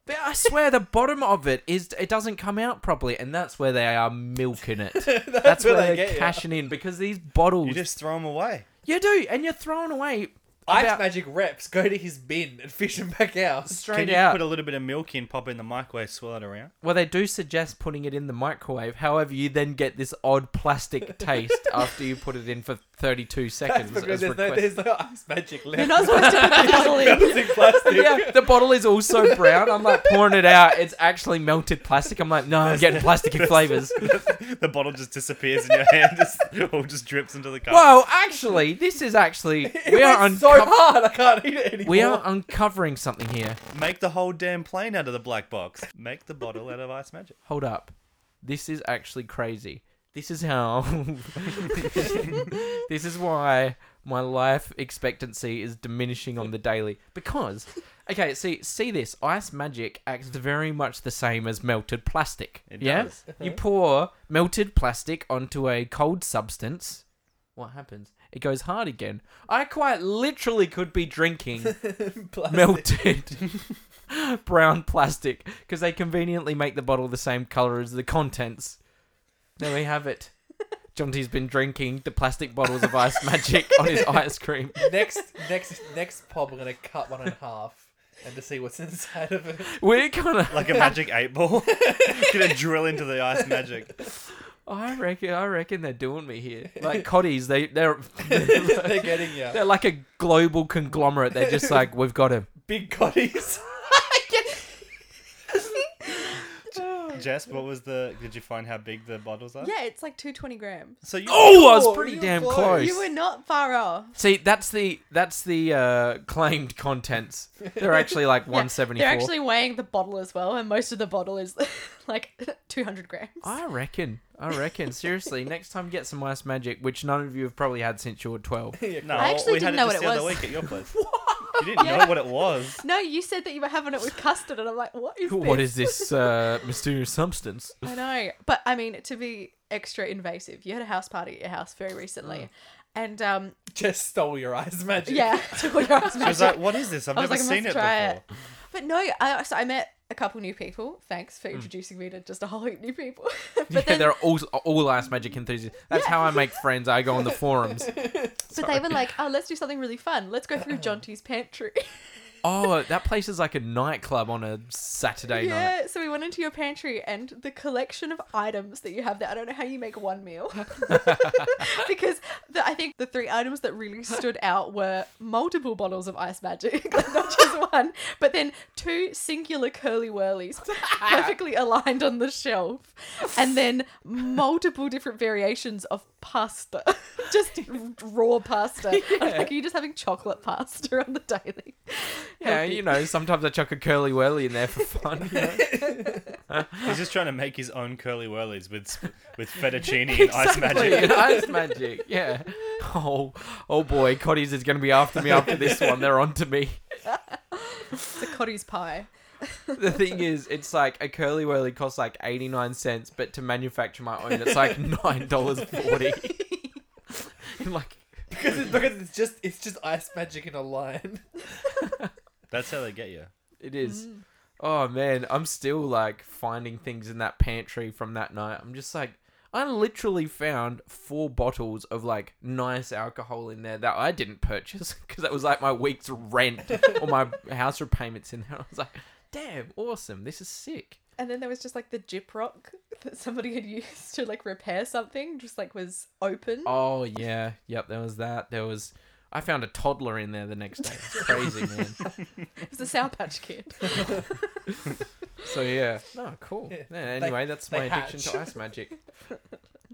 [SPEAKER 5] but I swear the bottom of it is it doesn't come out properly and that's where they are milking it that's, where,
[SPEAKER 6] where they
[SPEAKER 5] they're
[SPEAKER 6] get you.
[SPEAKER 5] cashing in because these bottles
[SPEAKER 3] you
[SPEAKER 5] you,
[SPEAKER 3] just throw them away.
[SPEAKER 5] do and you're throwing away
[SPEAKER 6] [laughs] Ice
[SPEAKER 5] about-
[SPEAKER 6] magic reps go to his bin and fish him back out.
[SPEAKER 5] straight
[SPEAKER 3] can you
[SPEAKER 5] out
[SPEAKER 3] put a little bit of milk in, pop it in the microwave, swirl it
[SPEAKER 5] [laughs]
[SPEAKER 3] around? [laughs]
[SPEAKER 5] well they do suggest putting it in the microwave however you then get this odd plastic taste after you put it in for
[SPEAKER 6] [laughs]
[SPEAKER 5] 32
[SPEAKER 6] That's
[SPEAKER 5] seconds
[SPEAKER 6] because
[SPEAKER 5] as
[SPEAKER 6] there's no,
[SPEAKER 5] requested.
[SPEAKER 6] there's no ice magic
[SPEAKER 7] You're
[SPEAKER 6] left.
[SPEAKER 7] not supposed
[SPEAKER 5] [laughs]
[SPEAKER 7] to put the bottle in.
[SPEAKER 6] Melting plastic.
[SPEAKER 5] yeah, the bottle is also brown. I'm like pouring it out. It's actually melted plastic. I'm like, no, I'm getting
[SPEAKER 6] [laughs]
[SPEAKER 5] plasticky flavors.
[SPEAKER 3] [laughs] the bottle just disappears in your hand. Just, [laughs] all just drips into the cup.
[SPEAKER 5] Whoa, actually, this is actually
[SPEAKER 6] [laughs] It
[SPEAKER 5] we are
[SPEAKER 6] went so
[SPEAKER 5] unco-
[SPEAKER 6] hard, I can't eat it anymore. [laughs]
[SPEAKER 5] we are uncovering something here.
[SPEAKER 3] Make the whole damn plane out of the black box. Make the bottle out of ice magic.
[SPEAKER 5] Hold up, this is actually crazy. This is how. [laughs] this is why my life expectancy is diminishing on the daily because. Okay, see, see this. Ice magic acts very much the same as melted plastic.
[SPEAKER 3] It
[SPEAKER 5] yeah,
[SPEAKER 3] does. Uh-huh.
[SPEAKER 5] You pour melted plastic onto a cold substance. What happens? It goes hard again. I quite literally could be drinking
[SPEAKER 6] Plastic. [laughs]
[SPEAKER 5] melted [laughs] brown plastic because they conveniently make the bottle the same color as the contents. There we have it. Jonty's been drinking the plastic bottles of ice magic on [laughs] his ice cream.
[SPEAKER 6] Next, next, next pub, we're gonna cut one in half and to see what's [laughs] inside of it.
[SPEAKER 5] We're kind
[SPEAKER 3] [laughs]
[SPEAKER 5] of [laughs]
[SPEAKER 3] Like a magic eight ball. Gonna drill into the ice magic.
[SPEAKER 5] I reckon, I reckon they're doing me here. [laughs] Like Cotties, they they're
[SPEAKER 6] They're getting you.
[SPEAKER 5] they're like a global conglomerate. They're just like, we've got him.
[SPEAKER 6] [laughs] Big [laughs] cotties.
[SPEAKER 3] Jess, what was the? Did you find how big the bottles are?
[SPEAKER 7] [laughs] yeah, it's like 220 grams.
[SPEAKER 3] So you.
[SPEAKER 5] [laughs] Oh, I was
[SPEAKER 6] Oh,
[SPEAKER 5] pretty
[SPEAKER 6] you
[SPEAKER 5] damn
[SPEAKER 6] close.
[SPEAKER 5] close.
[SPEAKER 7] You were not far off.
[SPEAKER 5] See, that's the that's the uh, claimed contents. They're actually [laughs] like
[SPEAKER 7] Yeah,
[SPEAKER 5] one seventy
[SPEAKER 7] They're
[SPEAKER 5] four.
[SPEAKER 7] actually weighing the bottle as well, and most of the bottle is [laughs] like 200 grams.
[SPEAKER 5] I reckon. I reckon. Seriously, next time get some ice magic, which none of you have probably had since you were twelve.
[SPEAKER 3] No,
[SPEAKER 7] I actually
[SPEAKER 3] we had
[SPEAKER 7] didn't know
[SPEAKER 3] it just
[SPEAKER 7] what it
[SPEAKER 3] the other
[SPEAKER 7] was.
[SPEAKER 3] week at your
[SPEAKER 5] [laughs]
[SPEAKER 3] place. You didn't know what it was.
[SPEAKER 7] No, you said that you were having it with custard, and I'm like, what is
[SPEAKER 5] What
[SPEAKER 7] this?
[SPEAKER 5] is this uh, mysterious substance?
[SPEAKER 7] I know, but I mean, to be extra invasive, you had a house party at your house very
[SPEAKER 5] Mm.
[SPEAKER 7] recently, and um,
[SPEAKER 6] [laughs] Just stole your eyes magic.
[SPEAKER 7] yeah, [laughs] to what
[SPEAKER 5] [laughs]
[SPEAKER 7] I was
[SPEAKER 3] I was like, "What is this? I've
[SPEAKER 7] I was
[SPEAKER 3] never
[SPEAKER 7] like, I
[SPEAKER 3] seen it
[SPEAKER 7] must
[SPEAKER 3] before."
[SPEAKER 7] try it. But no, I, so I met a couple new people. Thanks for introducing me to just a whole heap
[SPEAKER 5] [laughs]
[SPEAKER 7] new people. [laughs] but
[SPEAKER 5] Mm. yeah,
[SPEAKER 7] then,
[SPEAKER 5] they're all all ice magic enthusiasts. That's how I make friends. I go on the forums.
[SPEAKER 7] but they were like, oh, let's do something really fun. Let's
[SPEAKER 5] [laughs]
[SPEAKER 7] go through Jonty's pantry.
[SPEAKER 5] Oh, that place is like a nightclub on a Saturday night.
[SPEAKER 7] yeah, so we went into your pantry and the collection of items that you have there. I don't know how you make one meal. [laughs] because the, I think the three items that really stood out were multiple bottles of ice magic, [laughs] like not just one, but then two singular curly whirlies perfectly aligned on the shelf, and then multiple different variations of pasta, [laughs] just raw pasta. I'm like, are you just having chocolate pasta on the daily?
[SPEAKER 5] Yeah,
[SPEAKER 7] Healthy.
[SPEAKER 5] you know, sometimes I chuck a curly whirly in there for fun. you know?
[SPEAKER 3] He's just trying to make his own curly whirlies with sp-
[SPEAKER 7] [laughs]
[SPEAKER 3] with fettuccine and ice magic.
[SPEAKER 5] Yeah, ice magic. Yeah. Oh, oh boy, Cotties is going to be after me after this one. They're on to me.
[SPEAKER 7] It's a cottage pie.
[SPEAKER 5] The thing is, it's like a curly whirly costs like eighty nine cents, but to manufacture my own, it's like nine dollars forty. [laughs] like,
[SPEAKER 6] [laughs] Because, it, because it's just it's just ice magic in a line.
[SPEAKER 3] That's how they get you.
[SPEAKER 5] It is. Oh man, I'm still like finding things in that pantry from that night. I'm just like, I literally found four bottles of like nice alcohol in there that I didn't purchase [laughs] because that was like my week's rent or my house repayments in there. I was like, damn, awesome, this is sick.
[SPEAKER 7] And then there was just like the gyprock [laughs] that somebody had used to like repair something, just like was open.
[SPEAKER 5] Oh yeah, yep, there was that. There was. I found a toddler in there the next day.
[SPEAKER 3] [laughs]
[SPEAKER 5] It's crazy, man.
[SPEAKER 7] It was a Sour
[SPEAKER 5] [laughs]
[SPEAKER 7] Patch Kid.
[SPEAKER 3] [laughs]
[SPEAKER 5] So yeah.
[SPEAKER 3] Oh,
[SPEAKER 5] No, cool.
[SPEAKER 6] Yeah,
[SPEAKER 5] Yeah, anyway, that's
[SPEAKER 6] they
[SPEAKER 5] my addiction
[SPEAKER 6] hatch.
[SPEAKER 5] to ice magic.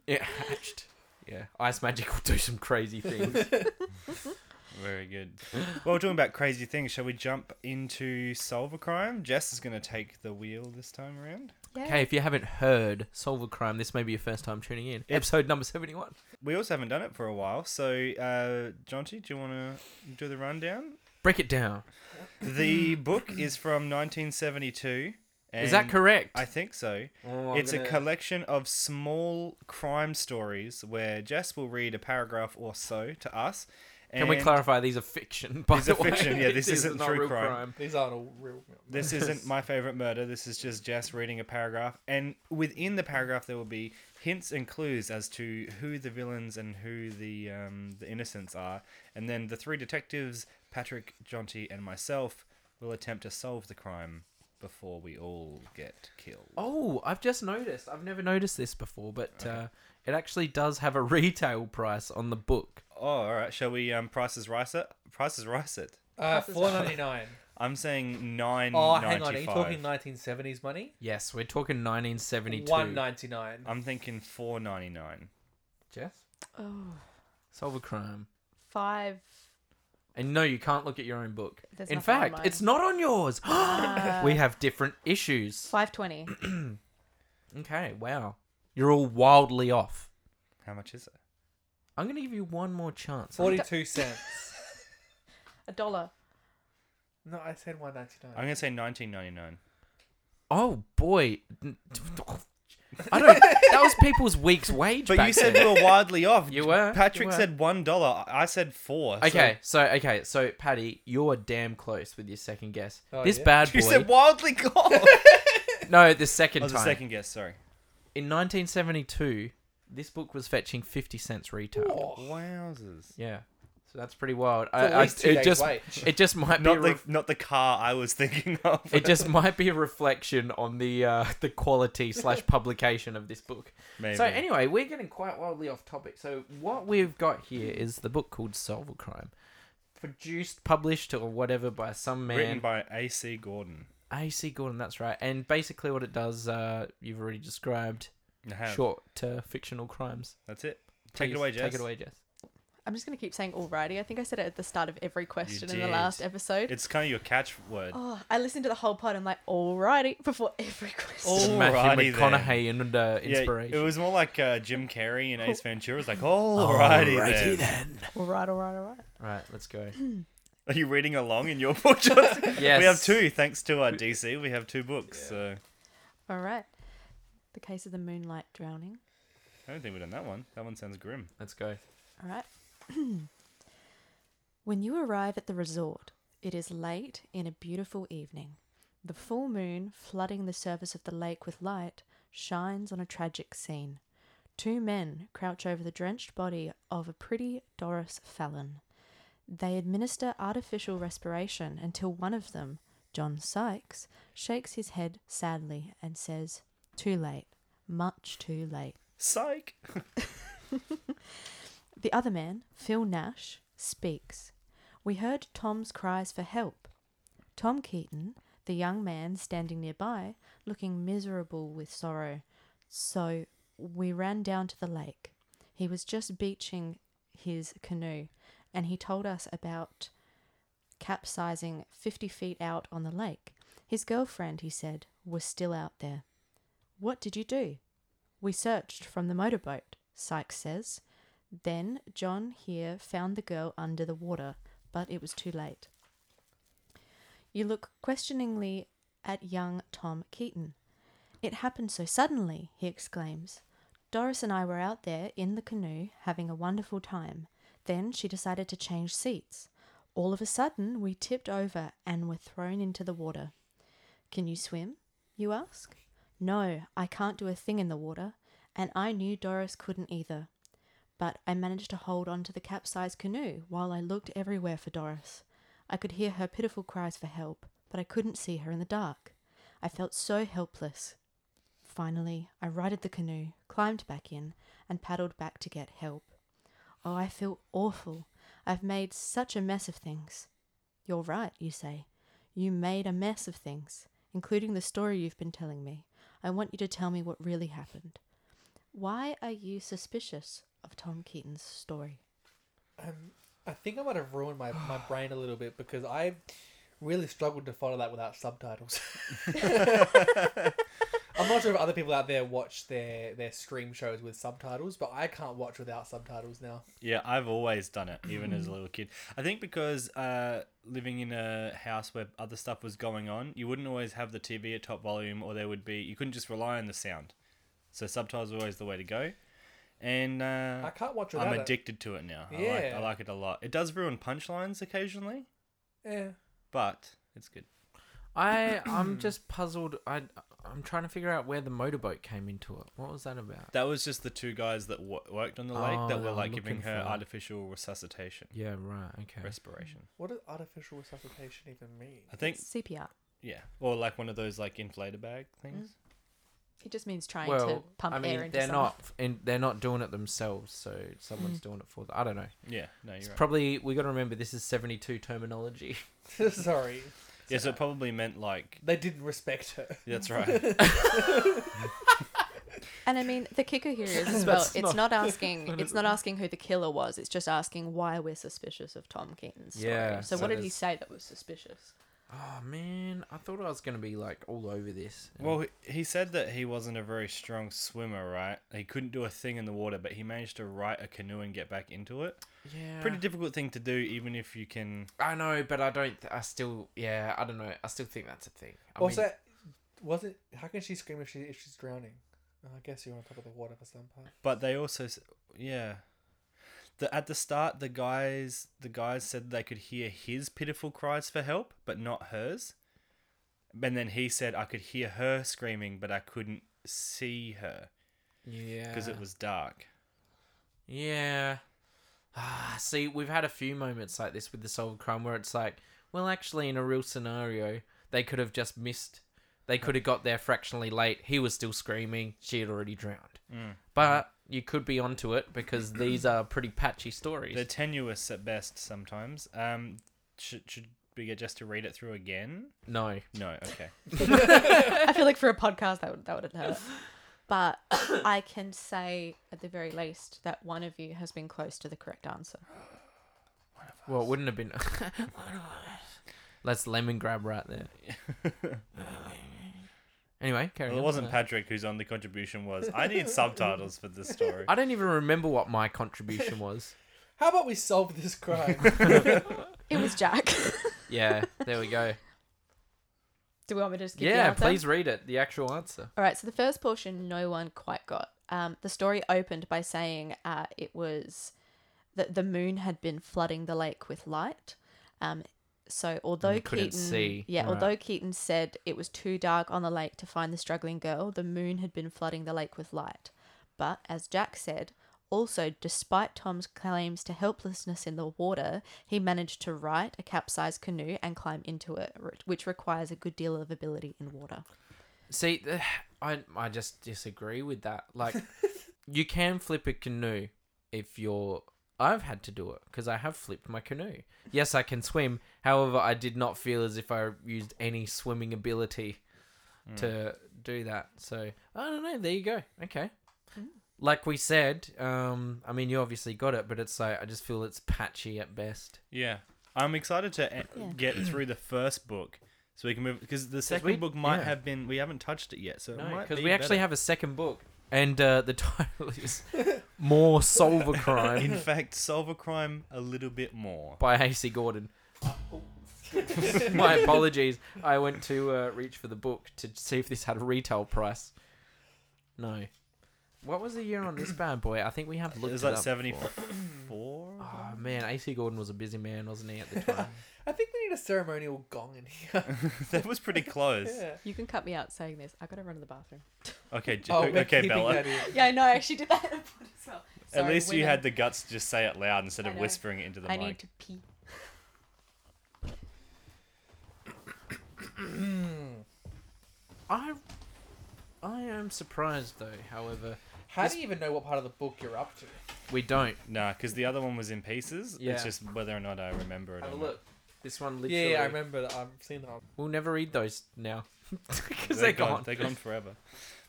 [SPEAKER 5] yeah, hatched. Yeah, ice magic will do some crazy
[SPEAKER 3] [laughs]
[SPEAKER 5] things.
[SPEAKER 3] Very good. Well, we're talking about crazy things. Shall we jump into solve a crime? Jess is going to take the wheel this time around.
[SPEAKER 7] Yeah.
[SPEAKER 5] okay, if you haven't heard Solve a Crime, this may be your first time tuning in. Episode number seventy-one.
[SPEAKER 3] We also haven't done it for a while, so uh, Jonty, do you want to do the rundown?
[SPEAKER 5] Break it down.
[SPEAKER 7] [clears throat]
[SPEAKER 3] The book is from 1972.
[SPEAKER 5] Is that
[SPEAKER 3] and
[SPEAKER 5] correct?
[SPEAKER 3] I think so.
[SPEAKER 5] Oh, I'm
[SPEAKER 3] it's
[SPEAKER 5] gonna-
[SPEAKER 3] a collection of small crime stories where Jess will read a paragraph or so to us.
[SPEAKER 5] Can we
[SPEAKER 3] and
[SPEAKER 5] clarify these are fiction? By
[SPEAKER 3] These
[SPEAKER 5] the
[SPEAKER 3] are fiction,
[SPEAKER 5] way?
[SPEAKER 3] yeah,
[SPEAKER 5] [laughs]
[SPEAKER 3] this
[SPEAKER 5] is
[SPEAKER 3] isn't
[SPEAKER 5] not
[SPEAKER 3] true
[SPEAKER 5] real
[SPEAKER 3] crime.
[SPEAKER 6] [laughs] These aren't all real.
[SPEAKER 3] This isn't my favorite murder. This is just Jess reading a paragraph, and within the paragraph there will be hints and clues as to who the villains and who the um, the innocents are, and then the three detectives, Patrick, Jonty, and myself, will attempt to solve the crime before we all get killed.
[SPEAKER 5] Oh, I've just noticed. I've never noticed this before, but uh, it actually does have a [laughs] retail price on the book.
[SPEAKER 3] Oh, all right. Shall we um, prices rice it? Prices rice it.
[SPEAKER 6] Uh, Four ninety nine.
[SPEAKER 5] [laughs]
[SPEAKER 3] I'm saying nine
[SPEAKER 6] Oh,
[SPEAKER 3] ninety-five.
[SPEAKER 6] hang on. Are you talking nineteen seventies money?
[SPEAKER 5] Yes, we're talking 1972.
[SPEAKER 6] One ninety nine.
[SPEAKER 3] I'm thinking four ninety nine.
[SPEAKER 5] Jess,
[SPEAKER 7] Oh,
[SPEAKER 5] solve a crime.
[SPEAKER 7] five.
[SPEAKER 5] And no, you can't look at your own book.
[SPEAKER 7] There's
[SPEAKER 5] In
[SPEAKER 7] nothing on
[SPEAKER 5] fact,
[SPEAKER 7] mine. Uh,
[SPEAKER 5] it's not on yours. [gasps] we have different issues.
[SPEAKER 7] 520.
[SPEAKER 5] Okay, wow. You're all wildly off.
[SPEAKER 3] How much is it?
[SPEAKER 5] I'm going to give you one more chance.
[SPEAKER 6] Forty two cents.
[SPEAKER 7] A dollar.
[SPEAKER 6] No, I said one ninety
[SPEAKER 3] I'm
[SPEAKER 6] nine.
[SPEAKER 3] gonna say nineteen ninety nine.
[SPEAKER 5] Oh, boy. [laughs] I don't. That was people's week's wage.
[SPEAKER 3] But
[SPEAKER 5] back
[SPEAKER 3] you said
[SPEAKER 5] then.
[SPEAKER 3] we were wildly off.
[SPEAKER 5] You were,
[SPEAKER 3] Patrick
[SPEAKER 5] you were.
[SPEAKER 3] said one dollar. I said four. so-
[SPEAKER 5] Okay, so okay, so Patty, you're damn close with your second guess.
[SPEAKER 6] Oh,
[SPEAKER 5] this
[SPEAKER 6] yeah.
[SPEAKER 5] bad boy.
[SPEAKER 3] [laughs] you said
[SPEAKER 5] [laughs]
[SPEAKER 3] wildly off.
[SPEAKER 5] no, the second
[SPEAKER 3] I
[SPEAKER 5] time.
[SPEAKER 3] was a second guess. Sorry.
[SPEAKER 5] In 1972, this book was fetching 50 cents retail.
[SPEAKER 3] Wowzers.
[SPEAKER 5] Yeah. So That's pretty wild. I,
[SPEAKER 6] At
[SPEAKER 5] I,
[SPEAKER 6] least two
[SPEAKER 5] it
[SPEAKER 6] days
[SPEAKER 5] just
[SPEAKER 6] wait.
[SPEAKER 5] it just might be a
[SPEAKER 3] Not
[SPEAKER 5] re-
[SPEAKER 3] [laughs] the not the car I was thinking [laughs] of.
[SPEAKER 5] it just might be a reflection on the uh, the quality slash publication of this book.
[SPEAKER 3] Maybe.
[SPEAKER 5] So anyway, we're getting quite wildly off topic. So what we've got here is the book called Solve a Crime, produced, published, or whatever by some
[SPEAKER 3] written
[SPEAKER 5] man.
[SPEAKER 3] by A.C. Gordon.
[SPEAKER 5] AC Gordon, that's right. And basically, what it does, uh, you've already described
[SPEAKER 3] I have.
[SPEAKER 5] short uh, fictional crimes.
[SPEAKER 3] That's it. Take it
[SPEAKER 5] Please,
[SPEAKER 3] away, Jess.
[SPEAKER 5] Take it away, Jess.
[SPEAKER 7] I'm just gonna keep saying alrighty. I think I said it at the start of every question in the
[SPEAKER 3] did.
[SPEAKER 7] last episode.
[SPEAKER 3] It's kind of your catchword.
[SPEAKER 7] oh, I listened to the whole pod. I'm like alrighty before every [laughs] question.
[SPEAKER 3] Oh,
[SPEAKER 5] Matthew
[SPEAKER 3] Alrighty then.
[SPEAKER 5] McConaughey and uh, inspiration. Oh,
[SPEAKER 3] it was more like uh, Jim Carrey in Ace Ventura. It's like, alrighty, then.
[SPEAKER 7] Alright, alright, alright.
[SPEAKER 5] Right,
[SPEAKER 3] [laughs]
[SPEAKER 5] let's go.
[SPEAKER 3] Are you reading along in your [laughs] book, Jonathan?
[SPEAKER 5] Yes.
[SPEAKER 3] We have two, thanks to our DC. We have two books. So
[SPEAKER 7] All right. The case of the moonlight drowning.
[SPEAKER 3] I don't think we've done that one. That one sounds grim.
[SPEAKER 5] Let's go.
[SPEAKER 7] All right. [clears throat] when you arrive at the resort, it is late in a beautiful evening. The full moon, flooding the surface of the lake with light, shines on a tragic scene. Two men crouch over the drenched body of a pretty Doris Fallon. They administer artificial respiration until one of them, John Sykes, shakes his head sadly and says, Too late, much too late.
[SPEAKER 3] Psych.
[SPEAKER 7] The other man, Phil Nash, speaks. We heard Tom's cries for help. Tom Keaton, the young man standing nearby, looking miserable with sorrow. So we ran down to the lake. He was just beaching his canoe, and he told us about capsizing 50 feet out on the lake. His girlfriend, he said, was still out there. What did you do? We searched from the motorboat, Sykes says. Then John here found the girl under the water, but it was too late. You look questioningly at young Tom Keaton. It happened so suddenly, he exclaims. Doris and I were out there in the canoe having a wonderful time. Then she decided to change seats. All of a sudden, we tipped over and were thrown into the water. Can you swim? You ask. No, I can't do a thing in the water, and I knew Doris couldn't either but I managed to hold on to the capsized canoe while I looked everywhere for Doris. I could hear her pitiful cries for help, but I couldn't see her in the dark. I felt so helpless. Finally, I righted the canoe, climbed back in, and paddled back to get help. Oh, I feel awful. I've made such a mess of things. You're right, you say. You made a mess of things, including the story you've been telling me. I want you to tell me what really happened. Why are you suspicious of Tom Keaton's story?
[SPEAKER 6] Um, I think I might have ruined my, my brain a little bit because I really struggled to follow that without subtitles. I'm not sure if other people out there watch their, their stream shows with subtitles, but I can't watch without subtitles now.
[SPEAKER 3] Yeah, I've always done it, even as a little kid. I think because uh, living in a house where other stuff was going on, you wouldn't always have the TV at top volume, or there would be you couldn't just rely on the sound. So subtitles were always the way to go, and uh,
[SPEAKER 6] I can't watch without
[SPEAKER 3] I'm
[SPEAKER 6] it.
[SPEAKER 3] addicted to it now. I, like,
[SPEAKER 6] Yeah.
[SPEAKER 3] I like it a lot. It does ruin punchlines occasionally,
[SPEAKER 6] Yeah.
[SPEAKER 3] but it's good.
[SPEAKER 5] I
[SPEAKER 3] [clears throat]
[SPEAKER 5] I'm just puzzled. I I'm trying to figure out where the motorboat came into it. What was that about?
[SPEAKER 3] That was just the two guys that wo- worked on the lake
[SPEAKER 5] Oh,
[SPEAKER 3] that
[SPEAKER 5] they
[SPEAKER 3] were
[SPEAKER 5] were
[SPEAKER 3] like giving
[SPEAKER 5] looking
[SPEAKER 3] her
[SPEAKER 5] for-
[SPEAKER 3] artificial resuscitation,
[SPEAKER 5] Yeah, right. Okay.
[SPEAKER 3] respiration.
[SPEAKER 6] What does artificial resuscitation even mean? [laughs]
[SPEAKER 3] I think,
[SPEAKER 7] CPR.
[SPEAKER 3] yeah, or like one of those like inflator bag things.
[SPEAKER 7] It just means trying to
[SPEAKER 5] well,
[SPEAKER 7] pump
[SPEAKER 5] I mean,
[SPEAKER 7] air into
[SPEAKER 5] they're
[SPEAKER 7] someone.
[SPEAKER 5] not and they're not doing it themselves, so someone's
[SPEAKER 7] Mm-hmm.
[SPEAKER 5] doing it for them. I don't know.
[SPEAKER 3] Yeah, no, you're
[SPEAKER 5] It's
[SPEAKER 3] right.
[SPEAKER 5] probably we got to remember this is 72 terminology.
[SPEAKER 6] Sorry.
[SPEAKER 3] yeah, so it probably meant
[SPEAKER 5] [laughs]
[SPEAKER 3] like
[SPEAKER 6] They didn't respect her.
[SPEAKER 3] that's right.
[SPEAKER 7] And I mean, the kicker here is
[SPEAKER 5] [laughs]
[SPEAKER 7] as well.
[SPEAKER 5] That's
[SPEAKER 7] It's not,
[SPEAKER 5] not-
[SPEAKER 7] asking. it's not asking who the killer was. It's just asking why we're suspicious of Tom Keaton's story.
[SPEAKER 5] Yeah,
[SPEAKER 7] So,
[SPEAKER 5] so
[SPEAKER 7] what did he
[SPEAKER 5] there's-
[SPEAKER 7] say that was suspicious?
[SPEAKER 5] Oh man, I thought I was gonna be like all over this.
[SPEAKER 3] well, he- he said that he wasn't a very strong swimmer, right? He couldn't do a thing in the water, but he managed to right a canoe and get back into it.
[SPEAKER 5] yeah,
[SPEAKER 3] Pretty difficult thing to do, even if you can.
[SPEAKER 5] I know, but I don't. Th- I still, yeah, I don't know. I still think that's a thing. I
[SPEAKER 6] also,
[SPEAKER 5] mean,
[SPEAKER 6] was it? How can she scream if she if she's drowning? Oh, I guess you're on top of the water for some part.
[SPEAKER 3] But they also, s- yeah. The, at the start, the guys the guys said they could hear his pitiful cries for help, but not hers. And then he said, "I could hear her screaming, but I couldn't see her
[SPEAKER 5] yeah,
[SPEAKER 3] because it was dark."
[SPEAKER 5] yeah. Ah, see, we've had a few moments like this with the solved crime where it's like, well, actually, in a real scenario, they could have just missed. They could have got there fractionally late. He was still screaming. She had already drowned.
[SPEAKER 3] Mm.
[SPEAKER 5] But you could be onto it because these are pretty patchy stories.
[SPEAKER 3] They're tenuous at best sometimes. Um, should, should we get just to read it through again?
[SPEAKER 5] no.
[SPEAKER 3] No, okay.
[SPEAKER 7] I feel like for a podcast that would that wouldn't hurt.
[SPEAKER 5] [coughs]
[SPEAKER 7] But I can say at the very least that one of you has been close to the correct answer.
[SPEAKER 5] Well, it wouldn't have been. [laughs] Let's lemon grab right there. [laughs] anyway, carry
[SPEAKER 3] Well, it
[SPEAKER 5] on.
[SPEAKER 3] wasn't Patrick whose only contribution was, I need subtitles for this story.
[SPEAKER 5] I don't even remember what my contribution was.
[SPEAKER 6] How about we solve this crime?
[SPEAKER 7] It
[SPEAKER 5] [laughs]
[SPEAKER 7] was Jack.
[SPEAKER 5] [laughs] Yeah, there we [laughs] go.
[SPEAKER 7] Do we want me to just give the
[SPEAKER 5] yeah,
[SPEAKER 7] answer?
[SPEAKER 5] please read it. The actual answer.
[SPEAKER 7] All right, so the first portion no one quite got. Um, the story opened by saying uh, it was that the moon had been flooding the lake with light. Um, so although
[SPEAKER 5] they couldn't
[SPEAKER 7] Keaton,
[SPEAKER 5] see.
[SPEAKER 7] yeah, although Keaton said it was too dark on the lake to find the struggling girl, the moon had been flooding the lake with light. But as Jack said, also despite Tom's claims to helplessness in the water, he managed to right a capsized canoe and climb into it, which requires a good deal of ability in water.
[SPEAKER 5] See, th- [sighs] I I just disagree with that. Like, you can flip a canoe if you're. I've had to do it because I have flipped my canoe. Yes, I can swim. However, I did not feel as if I used any swimming ability
[SPEAKER 3] Hmm.
[SPEAKER 5] to do that. So I don't know. There you go. Okay. Like we said, um, I mean, you obviously got it, but it's like I just feel it's patchy at best.
[SPEAKER 3] Yeah, I'm excited to e-
[SPEAKER 7] Yeah.
[SPEAKER 3] get through the first book so we can move because the second
[SPEAKER 5] we-
[SPEAKER 3] book might
[SPEAKER 5] yeah.
[SPEAKER 3] have been we haven't touched it yet, so it
[SPEAKER 5] No,
[SPEAKER 3] might
[SPEAKER 5] because
[SPEAKER 3] be
[SPEAKER 5] we actually
[SPEAKER 3] better.
[SPEAKER 5] have a second book, and uh, the [laughs] title is
[SPEAKER 3] [laughs]
[SPEAKER 5] "More Solve a Crime."
[SPEAKER 3] In fact, solve a crime a little bit more.
[SPEAKER 5] by [laughs] AC Gordon. My apologies. I went to uh, reach for the book to see if this had a retail price. No. What was the year on this bad boy? I think we have looked
[SPEAKER 3] It was
[SPEAKER 5] it
[SPEAKER 3] like
[SPEAKER 5] up
[SPEAKER 3] seventy
[SPEAKER 5] before.
[SPEAKER 3] four.
[SPEAKER 5] [coughs] Oh man, AC Gordon was a busy man, wasn't he, at the time?
[SPEAKER 6] [laughs] I think we need a ceremonial gong in
[SPEAKER 3] [laughs]
[SPEAKER 6] here.
[SPEAKER 3] [laughs] that was pretty
[SPEAKER 5] [laughs]
[SPEAKER 3] close.
[SPEAKER 6] yeah.
[SPEAKER 7] You can cut me out saying this. I gotta run to the bathroom.
[SPEAKER 3] Okay, j-
[SPEAKER 6] Oh, we're
[SPEAKER 3] okay,
[SPEAKER 6] keeping
[SPEAKER 3] Bella.
[SPEAKER 6] that in.
[SPEAKER 7] Yeah, I know. I actually did that as well.
[SPEAKER 3] At least you had the guts to just say it loud instead
[SPEAKER 7] I
[SPEAKER 3] of
[SPEAKER 7] know.
[SPEAKER 3] whispering it into the
[SPEAKER 7] I
[SPEAKER 3] mic.
[SPEAKER 7] need to pee.
[SPEAKER 5] I, I am surprised though. However,
[SPEAKER 6] How do you even know what part of the book you're up to?
[SPEAKER 5] we don't
[SPEAKER 3] Nah, because the other one was in pieces.
[SPEAKER 5] Yeah.
[SPEAKER 3] It's just whether or not I remember it.
[SPEAKER 5] have a
[SPEAKER 3] or not.
[SPEAKER 5] look. This one
[SPEAKER 6] Yeah,
[SPEAKER 5] literally.
[SPEAKER 6] yeah, I remember. that. I've seen that. [laughs]
[SPEAKER 5] We'll never read those now [laughs] because
[SPEAKER 3] They're,
[SPEAKER 5] they're,
[SPEAKER 3] gone.
[SPEAKER 5] gone.
[SPEAKER 3] They're
[SPEAKER 5] [laughs]
[SPEAKER 3] gone forever.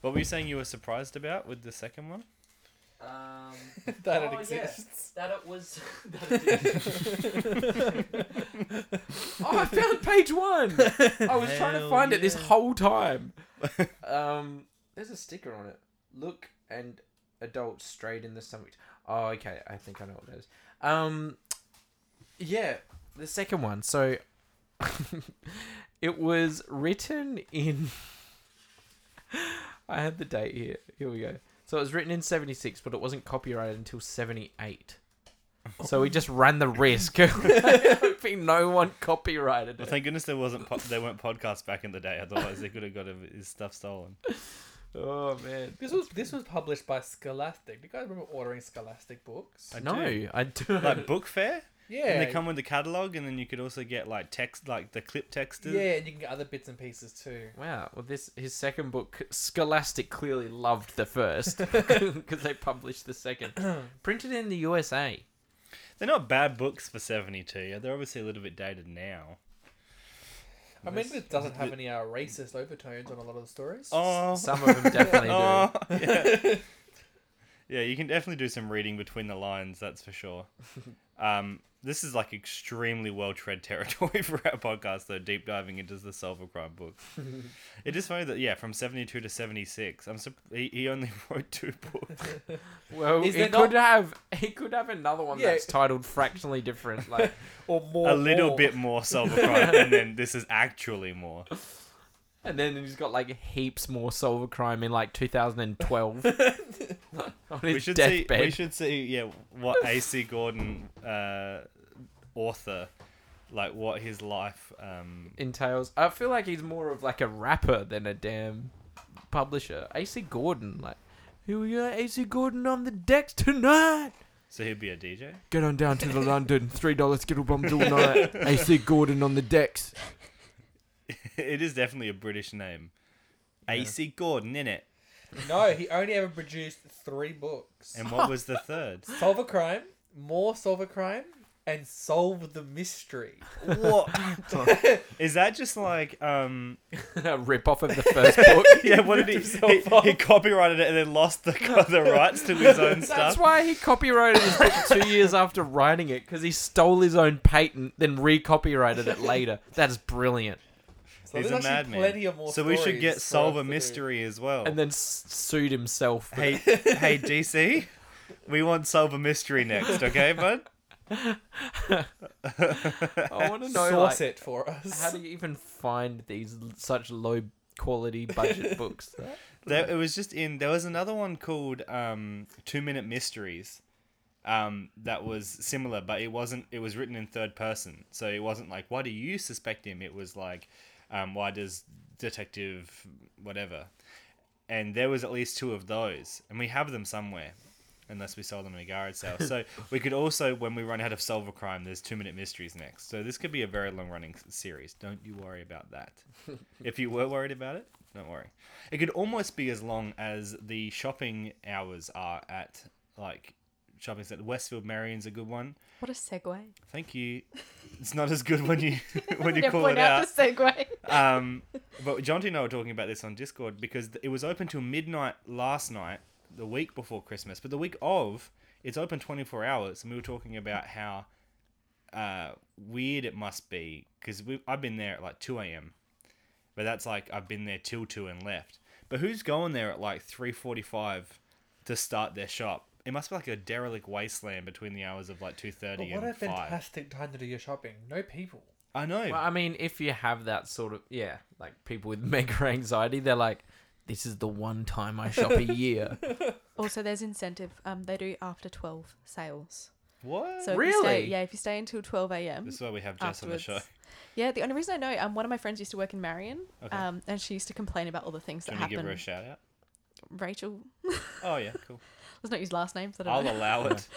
[SPEAKER 3] What were you saying you were surprised about with the second one?
[SPEAKER 5] Um,
[SPEAKER 6] that
[SPEAKER 5] Oh,
[SPEAKER 6] it
[SPEAKER 5] yeah.
[SPEAKER 6] exists.
[SPEAKER 5] That it was. [laughs] oh, I found page one. I was trying to
[SPEAKER 3] Hell
[SPEAKER 5] find it this
[SPEAKER 3] yeah. [laughs]
[SPEAKER 5] whole time. Um, there's a sticker on it. Look and adult straight in the stomach. Oh, okay. I think I know what that is. Um, yeah, the second one. So, [laughs] it was written in. [laughs] I had the date here. Here we go. So it was written in 76, but it wasn't copyrighted until 78. So we just ran the risk of [laughs] hoping no one copyrighted
[SPEAKER 3] Well,
[SPEAKER 5] it.
[SPEAKER 3] thank goodness there wasn't po- there weren't podcasts back in the day. Otherwise, they could have got his stuff stolen.
[SPEAKER 5] Oh, man.
[SPEAKER 6] This was this was published by Scholastic. Do you guys remember ordering Scholastic books?
[SPEAKER 3] I
[SPEAKER 5] no,
[SPEAKER 3] do.
[SPEAKER 5] I do.
[SPEAKER 3] [laughs] like book fair,
[SPEAKER 6] Yeah.
[SPEAKER 3] and they come with the catalog, and then you could also get like text, like the clip texters.
[SPEAKER 6] yeah, and you can get other bits and pieces too.
[SPEAKER 5] Wow. Well, this his second book, Scholastic, clearly loved
[SPEAKER 3] [laughs]
[SPEAKER 5] the first [laughs] because they published
[SPEAKER 3] [clears throat]
[SPEAKER 5] the second, printed in the USA.
[SPEAKER 3] They're not bad books for seventy two. They're obviously a little bit dated now.
[SPEAKER 6] I mean, it doesn't have any uh, racist overtones on a lot of the stories.
[SPEAKER 3] Oh,
[SPEAKER 5] Some of them definitely
[SPEAKER 3] [laughs]
[SPEAKER 5] do.
[SPEAKER 3] oh, yeah. yeah, you can definitely do some reading between the lines. That's
[SPEAKER 6] [laughs]
[SPEAKER 3] for sure. Um, this is like extremely well tread territory [laughs] for our podcast, though. Deep diving into the solve a crime book.
[SPEAKER 6] [laughs]
[SPEAKER 3] it is funny that yeah, from seventy two to seventy six. I'm sup- he, he only [laughs] wrote two books.
[SPEAKER 5] Well,
[SPEAKER 6] Is
[SPEAKER 5] he
[SPEAKER 6] there
[SPEAKER 5] could
[SPEAKER 6] not-
[SPEAKER 5] have he could have another one
[SPEAKER 6] Yeah.
[SPEAKER 5] that's titled fractionally
[SPEAKER 3] [laughs]
[SPEAKER 5] different, like
[SPEAKER 6] Or more.
[SPEAKER 3] a little
[SPEAKER 6] more.
[SPEAKER 3] bit more solve a crime,
[SPEAKER 6] [laughs]
[SPEAKER 3] and then this is actually more.
[SPEAKER 5] And then he's got like heaps more solve a crime in like
[SPEAKER 3] [laughs]
[SPEAKER 5] 2012 [laughs] on his
[SPEAKER 3] we should
[SPEAKER 5] deathbed.
[SPEAKER 3] see. We should see. Yeah, what AC Gordon, uh, author, like what his life. Um,
[SPEAKER 5] Entails. I feel like he's more of like a rapper than a damn publisher. AC Gordon, like, here we are, AC Gordon on the decks tonight.
[SPEAKER 3] So he'd be a DJ.
[SPEAKER 5] Get on down to the [laughs] London. Three dollar skittle bombs all night. AC Gordon on the decks.
[SPEAKER 3] [laughs] it is definitely a British name. AC Gordon in it.
[SPEAKER 6] No, he only ever produced three books.
[SPEAKER 3] And what was the third?
[SPEAKER 6] Solve a crime, more solve a crime, and solve the mystery. [laughs]
[SPEAKER 3] What is that? Just like um,
[SPEAKER 5] A [laughs] rip off of the
[SPEAKER 6] [laughs]
[SPEAKER 5] first book.
[SPEAKER 3] yeah. What did he? He, he copyrighted it and then lost the [laughs] the rights to his own
[SPEAKER 5] That's
[SPEAKER 3] stuff.
[SPEAKER 5] why he copyrighted his book two years after writing it because he stole his own patent, then re-copyrighted it later. That's brilliant.
[SPEAKER 6] So
[SPEAKER 3] He's
[SPEAKER 6] there's
[SPEAKER 3] a
[SPEAKER 6] actually
[SPEAKER 3] madman.
[SPEAKER 6] Plenty of more
[SPEAKER 3] so we should
[SPEAKER 6] stories for
[SPEAKER 3] get solve
[SPEAKER 6] us
[SPEAKER 3] a
[SPEAKER 6] to do.
[SPEAKER 3] mystery as
[SPEAKER 6] Oh.
[SPEAKER 3] well.
[SPEAKER 5] And then s- sued himself.
[SPEAKER 3] hey, hey DC, we want solve a mystery next, okay, bud?
[SPEAKER 5] [laughs]
[SPEAKER 6] [laughs]
[SPEAKER 5] I want to know
[SPEAKER 6] Source
[SPEAKER 5] like,
[SPEAKER 6] it for us. [laughs]
[SPEAKER 5] how do you even find these l- such low
[SPEAKER 6] [laughs]
[SPEAKER 5] quality budget books?
[SPEAKER 3] There, it was just in. There was another one called um, Two Minute Mysteries, um, that was similar, but it wasn't. It was written in third person, so it wasn't like, "Why do you suspect him?" It was like, um, "Why does detective whatever?" And there was at least two of those, and we have them somewhere, unless we sold them in a garage sale. So we could also, when we run out of solve a crime, there's Two Minute Mysteries next. So this could be a very long running series. Don't you worry about that. if you were worried about it, don't worry. It could almost be as long as the shopping hours are at like shopping centre. Westfield Marion's a good one.
[SPEAKER 7] What a segue.
[SPEAKER 3] Thank you. It's not as good when you [laughs] when you
[SPEAKER 7] Yeah,
[SPEAKER 3] call
[SPEAKER 7] point
[SPEAKER 3] it out.
[SPEAKER 7] the segue.
[SPEAKER 3] Um, but Jonty and I were talking about this on Discord because th- it was open till midnight last night, the week before Christmas. But the week of, it's open 24 hours. And we were talking about how uh, weird it must be because I've been there at like 2 a.m. But that's like I've been there till 2 and left. But who's going there at like 3.45 to start their shop? It must be like a derelict wasteland between the hours of like 2.30
[SPEAKER 6] But
[SPEAKER 3] and
[SPEAKER 6] what a
[SPEAKER 3] 5.
[SPEAKER 6] fantastic time to do your shopping. No people.
[SPEAKER 3] I know.
[SPEAKER 5] Well, I mean, if you have that sort of yeah, like people with [laughs] mega anxiety, they're like, "This is the one time I shop
[SPEAKER 6] [laughs]
[SPEAKER 5] a year."
[SPEAKER 7] [laughs] Also, there's incentive. Um, they do after twelve sales.
[SPEAKER 3] what?
[SPEAKER 7] So if you
[SPEAKER 5] Really?
[SPEAKER 7] stay- yeah, if you stay until twelve a.m.
[SPEAKER 3] this is why we have Jess
[SPEAKER 7] afterwards.
[SPEAKER 3] on the show.
[SPEAKER 7] Yeah, the only reason I know, um, one of my friends used to work in Marion,
[SPEAKER 3] Okay.
[SPEAKER 7] um, and she used to complain about all the things
[SPEAKER 3] Can
[SPEAKER 7] that
[SPEAKER 3] we give
[SPEAKER 7] happened.
[SPEAKER 3] her a shout out?
[SPEAKER 7] Rachel,
[SPEAKER 3] Oh yeah, cool.
[SPEAKER 7] let's not use last names. [laughs] I don't
[SPEAKER 3] I'll
[SPEAKER 7] know.
[SPEAKER 3] allow
[SPEAKER 7] [laughs]
[SPEAKER 3] it.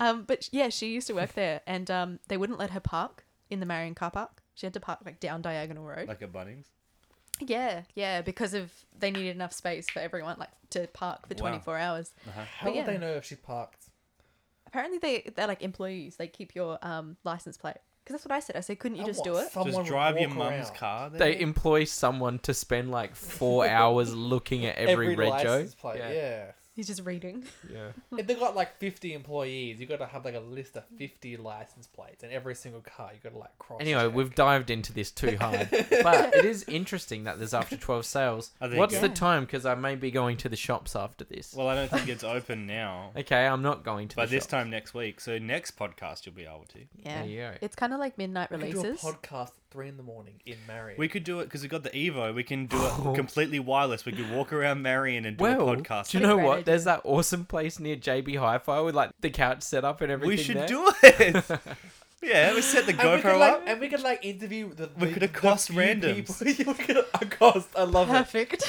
[SPEAKER 7] Um, but sh- yeah, she used to work there, and um, they wouldn't let her park in the Marion car park. She had to park like down Diagonal Road.
[SPEAKER 3] Like a Bunnings.
[SPEAKER 7] yeah, yeah, because of they needed enough space for everyone like to park for
[SPEAKER 3] Wow.
[SPEAKER 7] 24 hours.
[SPEAKER 3] Uh,
[SPEAKER 6] How
[SPEAKER 7] But
[SPEAKER 6] would
[SPEAKER 7] yeah.
[SPEAKER 6] they know if she parked?
[SPEAKER 7] Apparently, they they're like employees. They keep your um license plate because that's what I said. I said, couldn't you
[SPEAKER 6] I
[SPEAKER 7] just
[SPEAKER 6] want
[SPEAKER 7] do it?
[SPEAKER 6] Someone
[SPEAKER 3] Just
[SPEAKER 6] would
[SPEAKER 3] drive your
[SPEAKER 6] walk
[SPEAKER 3] mum's
[SPEAKER 6] around.
[SPEAKER 3] car. There.
[SPEAKER 5] They employ someone to spend
[SPEAKER 6] [laughs]
[SPEAKER 5] like four hours looking at every, rego.
[SPEAKER 6] license plate. Yeah.
[SPEAKER 7] He's just reading.
[SPEAKER 5] yeah.
[SPEAKER 6] If they've got like 50 employees, you got to have like a list of 50 license plates, and every single car you got to like cross.
[SPEAKER 5] Anyway, we've dived into
[SPEAKER 6] [laughs]
[SPEAKER 5] this too hard, but it is interesting that there's after twelve sales.
[SPEAKER 3] [laughs] Oh, there you
[SPEAKER 5] What's
[SPEAKER 3] go.
[SPEAKER 5] the time? Because I may be going to the shops after this.
[SPEAKER 3] Well, I don't think it's open
[SPEAKER 5] [laughs]
[SPEAKER 3] now.
[SPEAKER 5] okay, I'm not going to.
[SPEAKER 3] But
[SPEAKER 5] the
[SPEAKER 3] this
[SPEAKER 5] shop.
[SPEAKER 3] time next week. So next podcast you'll be able to.
[SPEAKER 7] Yeah,
[SPEAKER 5] you go.
[SPEAKER 7] it's kind of like midnight
[SPEAKER 6] we could do a
[SPEAKER 7] releases.
[SPEAKER 6] podcast at three in the morning in Marion.
[SPEAKER 3] We could do it because we got the Evo. We can do
[SPEAKER 5] [laughs]
[SPEAKER 3] it completely wireless. We could walk around Marion and do
[SPEAKER 5] Well,
[SPEAKER 3] a podcast.
[SPEAKER 5] do you know
[SPEAKER 7] Great
[SPEAKER 5] what?
[SPEAKER 7] idea.
[SPEAKER 5] There's that awesome place near JB Hi-Fi with like the couch set up and
[SPEAKER 3] we
[SPEAKER 5] everything.
[SPEAKER 3] should
[SPEAKER 5] there.
[SPEAKER 3] do it.
[SPEAKER 5] [laughs]
[SPEAKER 3] [laughs] yeah, we set the
[SPEAKER 6] and we could,
[SPEAKER 3] GoPro
[SPEAKER 6] like,
[SPEAKER 3] up.
[SPEAKER 6] and we could like interview the.
[SPEAKER 3] We
[SPEAKER 6] the-
[SPEAKER 3] could
[SPEAKER 6] the
[SPEAKER 3] accost
[SPEAKER 6] few
[SPEAKER 3] randoms.
[SPEAKER 6] people- [laughs] we could accost. I love
[SPEAKER 7] [laughs]
[SPEAKER 6] it.
[SPEAKER 7] [laughs] Perfect.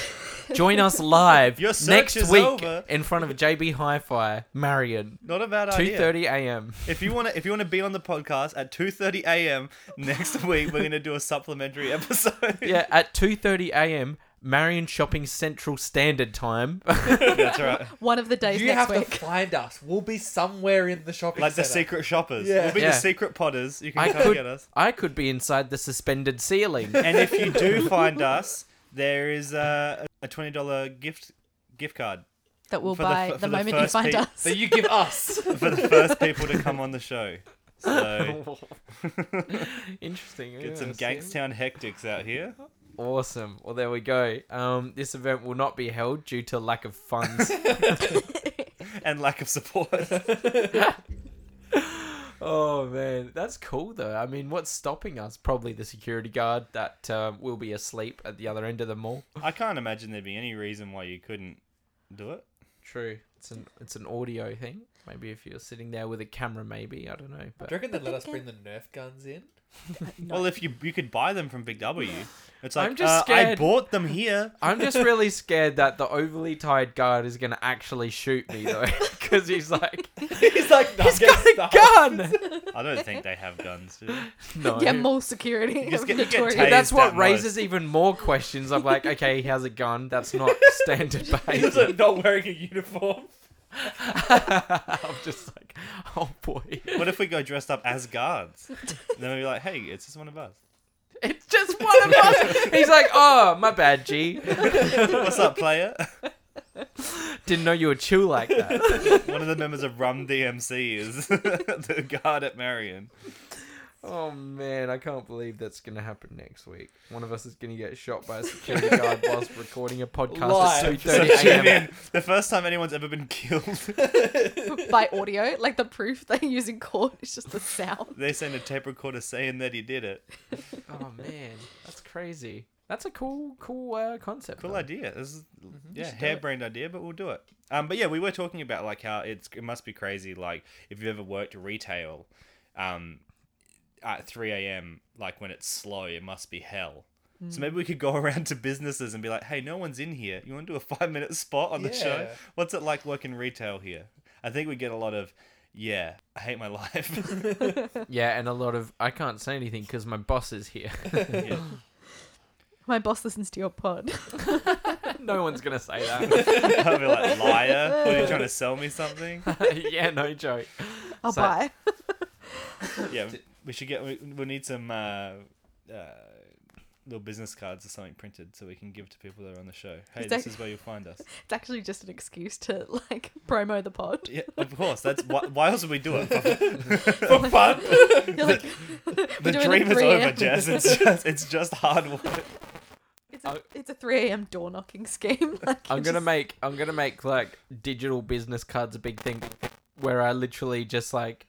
[SPEAKER 5] Join us
[SPEAKER 3] [laughs]
[SPEAKER 5] live
[SPEAKER 3] Your
[SPEAKER 5] next
[SPEAKER 3] search is
[SPEAKER 5] week
[SPEAKER 3] over.
[SPEAKER 5] in front of JB Hi-Fi, Marion,
[SPEAKER 3] Not a bad
[SPEAKER 5] two
[SPEAKER 3] idea. [laughs]
[SPEAKER 5] thirty a.m.
[SPEAKER 3] If you want to, if you want to be on the podcast at two thirty a.m. next [laughs] week, we're gonna do a supplementary episode.
[SPEAKER 5] Yeah, at two thirty a.m. Marion Shopping Central Standard Time. [laughs]
[SPEAKER 3] that's right.
[SPEAKER 7] One of the days
[SPEAKER 6] You
[SPEAKER 7] next
[SPEAKER 6] have
[SPEAKER 7] week.
[SPEAKER 6] to find us. We'll be somewhere in the shopping.
[SPEAKER 3] [laughs] Like the
[SPEAKER 6] centre.
[SPEAKER 3] secret shoppers.
[SPEAKER 6] Yeah.
[SPEAKER 3] We'll be
[SPEAKER 5] Yeah.
[SPEAKER 3] the secret potters. You can
[SPEAKER 5] I
[SPEAKER 3] come
[SPEAKER 5] could,
[SPEAKER 3] get us.
[SPEAKER 5] I could be inside the suspended
[SPEAKER 3] [laughs]
[SPEAKER 5] ceiling.
[SPEAKER 3] And if you do find us, there is a, a twenty dollar gift gift card
[SPEAKER 7] that will
[SPEAKER 3] for the
[SPEAKER 7] buy
[SPEAKER 3] f-
[SPEAKER 7] the,
[SPEAKER 3] for the
[SPEAKER 7] moment you
[SPEAKER 3] first
[SPEAKER 7] find
[SPEAKER 3] pe-
[SPEAKER 7] us. [laughs]
[SPEAKER 6] So you give us.
[SPEAKER 3] for the first people to come on the show. So
[SPEAKER 5] [laughs] Interesting.
[SPEAKER 3] get some
[SPEAKER 5] yeah, I see.
[SPEAKER 3] Gangstown hectics out here.
[SPEAKER 5] Awesome. Well, there we go. Um, this event will not be held due to lack of funds.
[SPEAKER 3] And lack of support.
[SPEAKER 5] oh man, that's cool though. I mean, what's stopping us? Probably the security guard that um, will be asleep at the other end of the mall.
[SPEAKER 3] I can't imagine there'd be any reason why you couldn't do it.
[SPEAKER 5] True. It's an it's an audio thing. Maybe if you're sitting there with a camera, maybe I don't know.
[SPEAKER 6] Do
[SPEAKER 5] But
[SPEAKER 6] you reckon they let us bring the Nerf guns in?
[SPEAKER 3] [laughs] Well, if you you could buy them from Big W, it's like
[SPEAKER 5] I'm just
[SPEAKER 3] uh, I
[SPEAKER 5] scared.
[SPEAKER 3] bought them here.
[SPEAKER 5] I'm [laughs] just really scared that the overly tired guard is gonna actually shoot me [laughs] though, because he's [laughs] like,
[SPEAKER 6] He's like, no,
[SPEAKER 5] he's
[SPEAKER 6] get
[SPEAKER 5] got a
[SPEAKER 6] stuff.
[SPEAKER 5] [laughs] gun.
[SPEAKER 3] I don't think they have guns. Do they?
[SPEAKER 5] No.
[SPEAKER 7] Yeah, mall security.
[SPEAKER 3] You just get- you get
[SPEAKER 7] Notorious.
[SPEAKER 5] But
[SPEAKER 7] [laughs]
[SPEAKER 3] tased.
[SPEAKER 5] that's what
[SPEAKER 3] at most.
[SPEAKER 5] raises even more questions. I'm like, okay, he has a gun. That's [laughs] not standard
[SPEAKER 6] He's
[SPEAKER 5] behavior. [laughs]
[SPEAKER 6] like, not wearing a uniform.
[SPEAKER 5] I'm just like, oh [laughs] boy,
[SPEAKER 3] What if we go dressed up as guards? then we're like, hey, it's just one of us.
[SPEAKER 5] it's just one of us. He's like, oh, my bad, G.
[SPEAKER 3] What's up, player?
[SPEAKER 5] Didn't know you were chill like that.
[SPEAKER 3] one of the members of Rum DMC is [laughs] the guard at Marion.
[SPEAKER 5] Oh man, I can't believe that's gonna happen next week. One of us is gonna get shot [laughs] by a security guard whilst recording a podcast
[SPEAKER 6] Live.
[SPEAKER 5] at
[SPEAKER 3] So
[SPEAKER 5] 2:30
[SPEAKER 3] tune
[SPEAKER 5] a.m.
[SPEAKER 3] in. The first time anyone's ever been [laughs] killed,
[SPEAKER 7] by audio, like the proof they use in court is just the sound.
[SPEAKER 3] they send a tape recorder saying that he did it.
[SPEAKER 5] Oh man, that's crazy. That's a cool, cool uh, concept.
[SPEAKER 3] Cool
[SPEAKER 5] though.
[SPEAKER 3] idea. This is yeah,
[SPEAKER 5] should Mhm. do it.
[SPEAKER 3] harebrained idea, but we'll do it. Um, but yeah, we were talking about like how it's it must be crazy. Like if you've ever worked retail, um, at three a.m. like when it's slow, it must be hell.
[SPEAKER 5] Mm.
[SPEAKER 3] So maybe we could go [laughs] around to businesses and be like, "Hey, no one's in here. You want to do a five-minute spot on the show?
[SPEAKER 6] Yeah.
[SPEAKER 3] [laughs] What's it like working retail here?" I think we get a lot of, "Yeah, I hate my [laughs] life."
[SPEAKER 5] Yeah, and a lot of I can't say anything because my boss is here.
[SPEAKER 3] Yeah.
[SPEAKER 7] My boss listens to your pod.
[SPEAKER 5] [laughs]
[SPEAKER 7] [laughs]
[SPEAKER 5] no one's gonna say that.
[SPEAKER 3] I'll be like, "Liar! What, are you trying to sell me something?"
[SPEAKER 5] [laughs] yeah, no joke.
[SPEAKER 7] I'll
[SPEAKER 5] So-
[SPEAKER 7] buy.
[SPEAKER 3] yeah, we should get. We, we need some uh, uh, little business cards or something printed so we can give to people that are on the show. Hey, this
[SPEAKER 7] Exactly.
[SPEAKER 3] is where you'll find us.
[SPEAKER 7] It's actually just an excuse to like [laughs] promo the pod.
[SPEAKER 5] [laughs]
[SPEAKER 3] Yeah, of course. That's why, why else would we do it? The
[SPEAKER 7] [laughs] For fun. You're like, [laughs] we're doing a
[SPEAKER 3] dream is
[SPEAKER 7] 3
[SPEAKER 3] over,
[SPEAKER 7] a.m. [laughs]
[SPEAKER 3] Jess. It's just, it's just hard work.
[SPEAKER 7] It's a, it's a 3 a.m. door knocking scheme. [laughs] Like,
[SPEAKER 5] I'm
[SPEAKER 7] it
[SPEAKER 5] gonna
[SPEAKER 7] just-
[SPEAKER 5] make I'm gonna make like digital business cards a big thing, where I literally just like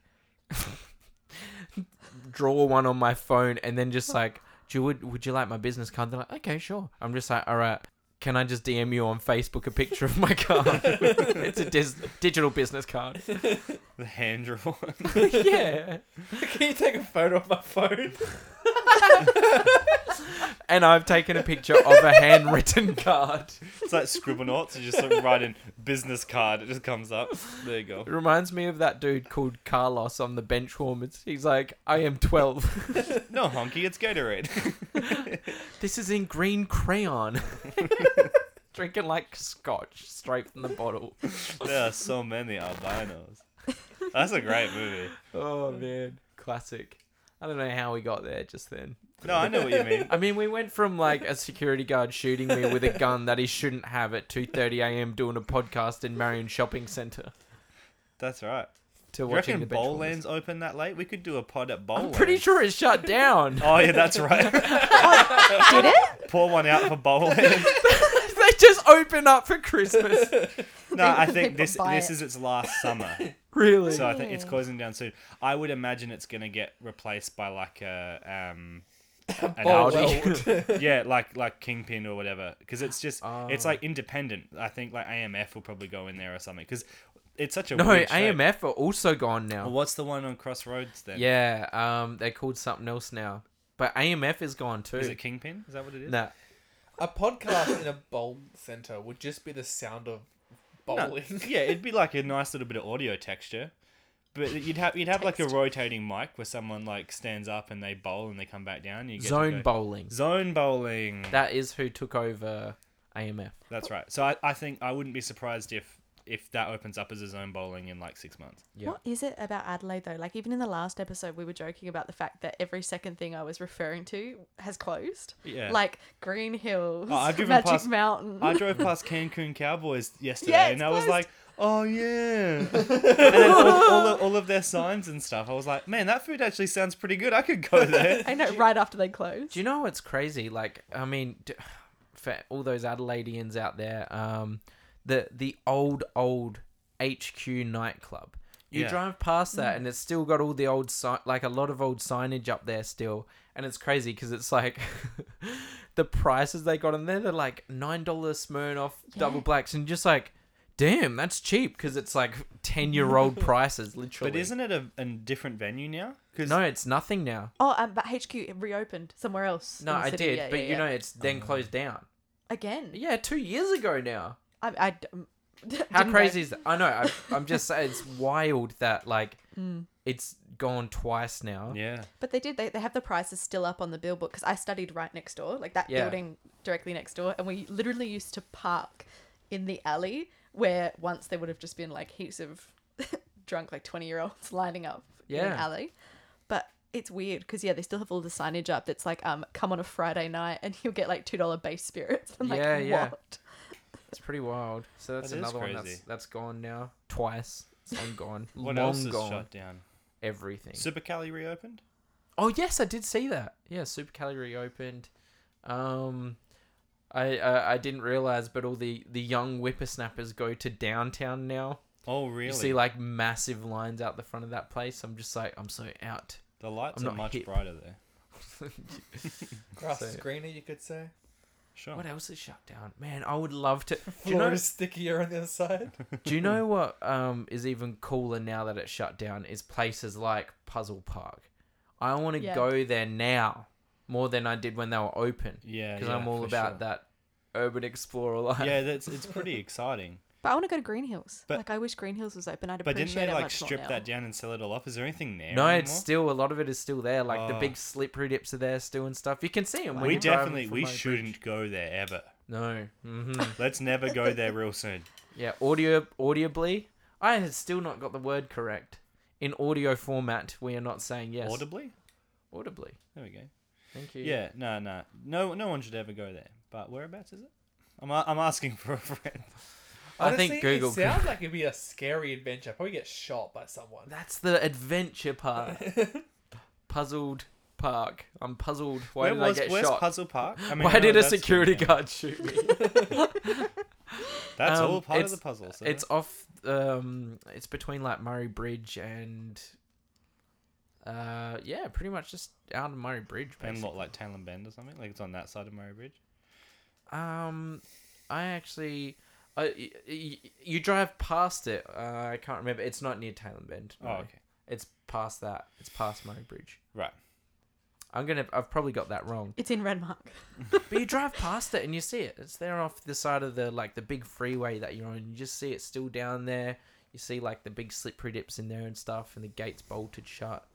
[SPEAKER 5] [laughs] draw one on my phone and then just like, do you, would would you like my business card? They're like, okay, sure. I'm just like, all right. Can I just DM you on Facebook a picture of my card? [laughs] it's a dis- digital business card.
[SPEAKER 3] The hand drawn. [laughs]
[SPEAKER 5] yeah.
[SPEAKER 6] Can you take a photo of my phone?
[SPEAKER 5] And I've taken a picture of a handwritten [laughs] card.
[SPEAKER 3] It's like Scribblenauts. You just like, write in business card. It just comes up. There you go.
[SPEAKER 5] It reminds me of that dude called Carlos on the benchwarmers. He's like, I am 12.
[SPEAKER 3] No honky. It's Gatorade. [laughs]
[SPEAKER 5] this is in green crayon. [laughs] Drinking like scotch straight from the bottle.
[SPEAKER 3] there are so many albinos. That's a great movie.
[SPEAKER 5] Oh, man. Classic. I don't know how we got there just then.
[SPEAKER 3] No, I know what you mean.
[SPEAKER 5] I mean, we went from like a security guard shooting me with a gun that he shouldn't have at 2:30 a.m. doing a podcast in Marion Shopping Centre
[SPEAKER 3] That's right.
[SPEAKER 5] to
[SPEAKER 3] You
[SPEAKER 5] watching
[SPEAKER 3] reckon
[SPEAKER 5] the
[SPEAKER 3] Bowland's
[SPEAKER 5] Benchwarmers.
[SPEAKER 3] open that late? We could do a pod at Bowland.
[SPEAKER 5] I'm pretty sure it's shut down. [laughs]
[SPEAKER 3] Oh yeah, that's right.
[SPEAKER 7] [laughs] Did it?
[SPEAKER 3] Pour one out for
[SPEAKER 7] [laughs]
[SPEAKER 3] Bowland.
[SPEAKER 5] they just open up
[SPEAKER 3] [laughs]
[SPEAKER 5] for Christmas.
[SPEAKER 3] No, I think
[SPEAKER 7] People
[SPEAKER 3] this
[SPEAKER 7] buy
[SPEAKER 3] this
[SPEAKER 7] it.
[SPEAKER 3] is its last summer,
[SPEAKER 5] Really?
[SPEAKER 3] so I think it's closing down soon. I would imagine it's gonna get replaced by like a um, an
[SPEAKER 5] Bowland.
[SPEAKER 3] Aldi. yeah, like like Kingpin or whatever, because it's just it's
[SPEAKER 5] Ah.
[SPEAKER 3] like independent. I think like AMF will probably go in there or something, because it's such a
[SPEAKER 5] [laughs] No,
[SPEAKER 3] weird shape.
[SPEAKER 5] AMF are also gone
[SPEAKER 3] Well,
[SPEAKER 5] now.
[SPEAKER 3] What's the one on Crossroads then?
[SPEAKER 5] Yeah, um, they're called something else now. But AMF is gone too.
[SPEAKER 3] is it Kingpin? Is that what it is?
[SPEAKER 5] Nah.
[SPEAKER 6] A podcast in a bowl center would just be the sound of bowling.
[SPEAKER 3] [laughs] Yeah, it'd be like a nice little bit of audio texture. But you'd have you'd have like a rotating mic where someone like stands up and they bowl and they come back down. You get to
[SPEAKER 5] Zone
[SPEAKER 3] go-
[SPEAKER 5] bowling.
[SPEAKER 3] Zone bowling.
[SPEAKER 5] That is who took over AMF.
[SPEAKER 3] That's right. So I, I think I wouldn't be surprised if if that opens up as a zone bowling in like six months.
[SPEAKER 5] Yeah.
[SPEAKER 7] What is it about Adelaide though? Like even in the last episode, we were joking about the fact that every second thing I was referring to has closed.
[SPEAKER 3] Yeah.
[SPEAKER 7] Like Green Hills,
[SPEAKER 3] Oh, I've driven
[SPEAKER 7] Magic
[SPEAKER 3] past-
[SPEAKER 7] Mountain. [laughs]
[SPEAKER 3] I drove past Cancun Cowboys yesterday
[SPEAKER 7] Yeah, it's
[SPEAKER 3] and I was
[SPEAKER 7] closed.
[SPEAKER 3] like, oh
[SPEAKER 5] [laughs]
[SPEAKER 3] yeah. and then all, all, of, all of their signs and stuff. I was like, man, that food actually sounds pretty good. I could
[SPEAKER 5] [laughs]
[SPEAKER 3] go there.
[SPEAKER 7] I know, right after they closed.
[SPEAKER 5] Do you know what's crazy? Like, I mean, d- [sighs] for all those Adelaideans out there, um, the the old old HQ nightclub. You
[SPEAKER 3] Yeah.
[SPEAKER 5] drive past
[SPEAKER 7] Mm.
[SPEAKER 5] that, and it's still got all the old si- like a lot of old signage up there still, and it's crazy because it's like [laughs] the prices they got in there. They're like nine dollar Smirnoff double blacks, and just like. damn, that's cheap because it's like ten year old
[SPEAKER 7] [laughs]
[SPEAKER 5] prices, literally.
[SPEAKER 3] But isn't it a, a different venue now? Because
[SPEAKER 5] No, it's nothing now.
[SPEAKER 7] Oh, um, but HQ reopened somewhere else.
[SPEAKER 5] No,
[SPEAKER 7] in the
[SPEAKER 5] I
[SPEAKER 7] city.
[SPEAKER 5] did,
[SPEAKER 7] Yeah,
[SPEAKER 5] but
[SPEAKER 7] yeah,
[SPEAKER 5] you
[SPEAKER 7] yeah.
[SPEAKER 5] know, it's
[SPEAKER 3] Oh.
[SPEAKER 5] then closed down.
[SPEAKER 7] again.
[SPEAKER 5] Yeah, two years ago now.
[SPEAKER 7] I, I d- [laughs] didn't
[SPEAKER 5] How
[SPEAKER 7] go-
[SPEAKER 5] crazy is that? I know. I, I'm just saying, it's wild that like it's gone twice now.
[SPEAKER 3] Yeah.
[SPEAKER 7] But they did. They, they have the prices still up on the billboard because I studied right next door, like that
[SPEAKER 5] Yeah.
[SPEAKER 7] building directly next door, and we literally used to park in the alley where once there would have just been like heaps of [laughs] drunk like twenty year olds [laughs] lining up in an
[SPEAKER 5] Yeah.
[SPEAKER 7] alley. But it's weird because yeah, they still have all the signage up that's like um come on a Friday night and you'll get like two dollar base spirits. [laughs] I'm
[SPEAKER 5] Yeah,
[SPEAKER 7] like
[SPEAKER 5] yeah.
[SPEAKER 7] what?
[SPEAKER 5] It's pretty wild. So that's
[SPEAKER 3] That is
[SPEAKER 5] another one
[SPEAKER 3] crazy.
[SPEAKER 5] that's that's gone now twice. It's long gone.
[SPEAKER 3] [laughs] What
[SPEAKER 5] Long
[SPEAKER 3] else is
[SPEAKER 5] gone.
[SPEAKER 3] shut down?
[SPEAKER 5] Everything.
[SPEAKER 3] Supercali reopened.
[SPEAKER 5] Oh yes, I did see that. Yeah, Super Cali reopened. Um, I, I I didn't realize, but all the the young whippersnappers go to downtown now.
[SPEAKER 3] Oh really?
[SPEAKER 5] You see like massive lines out the front of that place. I'm just like, I'm so out.
[SPEAKER 3] the lights
[SPEAKER 5] I'm
[SPEAKER 3] are
[SPEAKER 5] not
[SPEAKER 3] much
[SPEAKER 5] hip.
[SPEAKER 3] brighter there.
[SPEAKER 6] Grass is
[SPEAKER 5] So-
[SPEAKER 6] greener, you could say.
[SPEAKER 3] Sure.
[SPEAKER 5] What else is shut down? Man, I would
[SPEAKER 3] [laughs]
[SPEAKER 5] love to. Do you
[SPEAKER 6] Floor
[SPEAKER 5] know?
[SPEAKER 6] is stickier on the other side.
[SPEAKER 5] Do you know what um is even cooler now that it's shut down? Is places like Puzzle Park. I want to
[SPEAKER 7] Yeah.
[SPEAKER 5] go there now more than I did when they were open.
[SPEAKER 3] Yeah.
[SPEAKER 5] because
[SPEAKER 3] yeah,
[SPEAKER 5] I'm all
[SPEAKER 3] for
[SPEAKER 5] about
[SPEAKER 3] sure.
[SPEAKER 5] that urban explorer life. [laughs]
[SPEAKER 3] Yeah, that's it's pretty exciting.
[SPEAKER 7] But I want to go to Green Hills.
[SPEAKER 3] But-
[SPEAKER 7] like I wish Green Hills was open. I'd
[SPEAKER 3] But
[SPEAKER 7] appreciate
[SPEAKER 3] didn't they
[SPEAKER 7] it
[SPEAKER 3] like
[SPEAKER 7] much more
[SPEAKER 3] strip
[SPEAKER 7] now.
[SPEAKER 3] that down and sell it all up? Is there anything there?
[SPEAKER 5] No,
[SPEAKER 3] anymore?
[SPEAKER 5] it's still a lot of it is still there. Like the
[SPEAKER 3] Oh.
[SPEAKER 5] big slippery dips are there still and stuff. You can see them.
[SPEAKER 3] We definitely we shouldn't go there ever.
[SPEAKER 5] No. hmm
[SPEAKER 3] Let's never go
[SPEAKER 5] [laughs]
[SPEAKER 3] there real soon.
[SPEAKER 5] yeah. Audio audibly, I had still not got the word correct. In audio format, we are not saying yes.
[SPEAKER 3] Audibly.
[SPEAKER 5] Audibly.
[SPEAKER 3] There we go.
[SPEAKER 5] Thank you.
[SPEAKER 3] Yeah. No. No. No. No one should ever go there. But whereabouts is it? I'm a- I'm asking for a friend.
[SPEAKER 5] I
[SPEAKER 6] Honestly,
[SPEAKER 5] think Google.
[SPEAKER 6] It sounds like it'd be a scary adventure. Probably get shot by someone.
[SPEAKER 5] That's the
[SPEAKER 3] [laughs]
[SPEAKER 5] adventure part. Puzzled park. I'm puzzled. Why
[SPEAKER 3] Where
[SPEAKER 5] did
[SPEAKER 3] was
[SPEAKER 5] I get
[SPEAKER 3] where's
[SPEAKER 5] shot?
[SPEAKER 3] Puzzle Park? I
[SPEAKER 5] Why
[SPEAKER 3] no,
[SPEAKER 5] did a
[SPEAKER 3] that's still
[SPEAKER 5] security
[SPEAKER 3] there.
[SPEAKER 5] guard shoot me?
[SPEAKER 3] [laughs] That's
[SPEAKER 5] Um,
[SPEAKER 3] all part of
[SPEAKER 5] it's-
[SPEAKER 3] the puzzle. So
[SPEAKER 5] It's off. Um, it's between like Murray Bridge and. Uh, yeah, pretty much just out of Murray Bridge.
[SPEAKER 3] and
[SPEAKER 5] Basically.
[SPEAKER 3] what, like Tail and Bend or something? Like it's on that side of Murray Bridge.
[SPEAKER 5] Um, I actually, I y- y- you drive past it. Uh, I can't remember. It's not near Taylor Bend.
[SPEAKER 3] Oh,
[SPEAKER 5] no.
[SPEAKER 3] okay.
[SPEAKER 5] It's past that. It's past Murray Bridge.
[SPEAKER 3] Right.
[SPEAKER 5] I'm gonna. I've probably got that wrong.
[SPEAKER 7] It's in Renmark.
[SPEAKER 5] But you drive past it and you see it. It's there off the side of the like the big freeway that you're on. You just see it still down there. You see like the big slippery dips in there and stuff, and the gates bolted shut.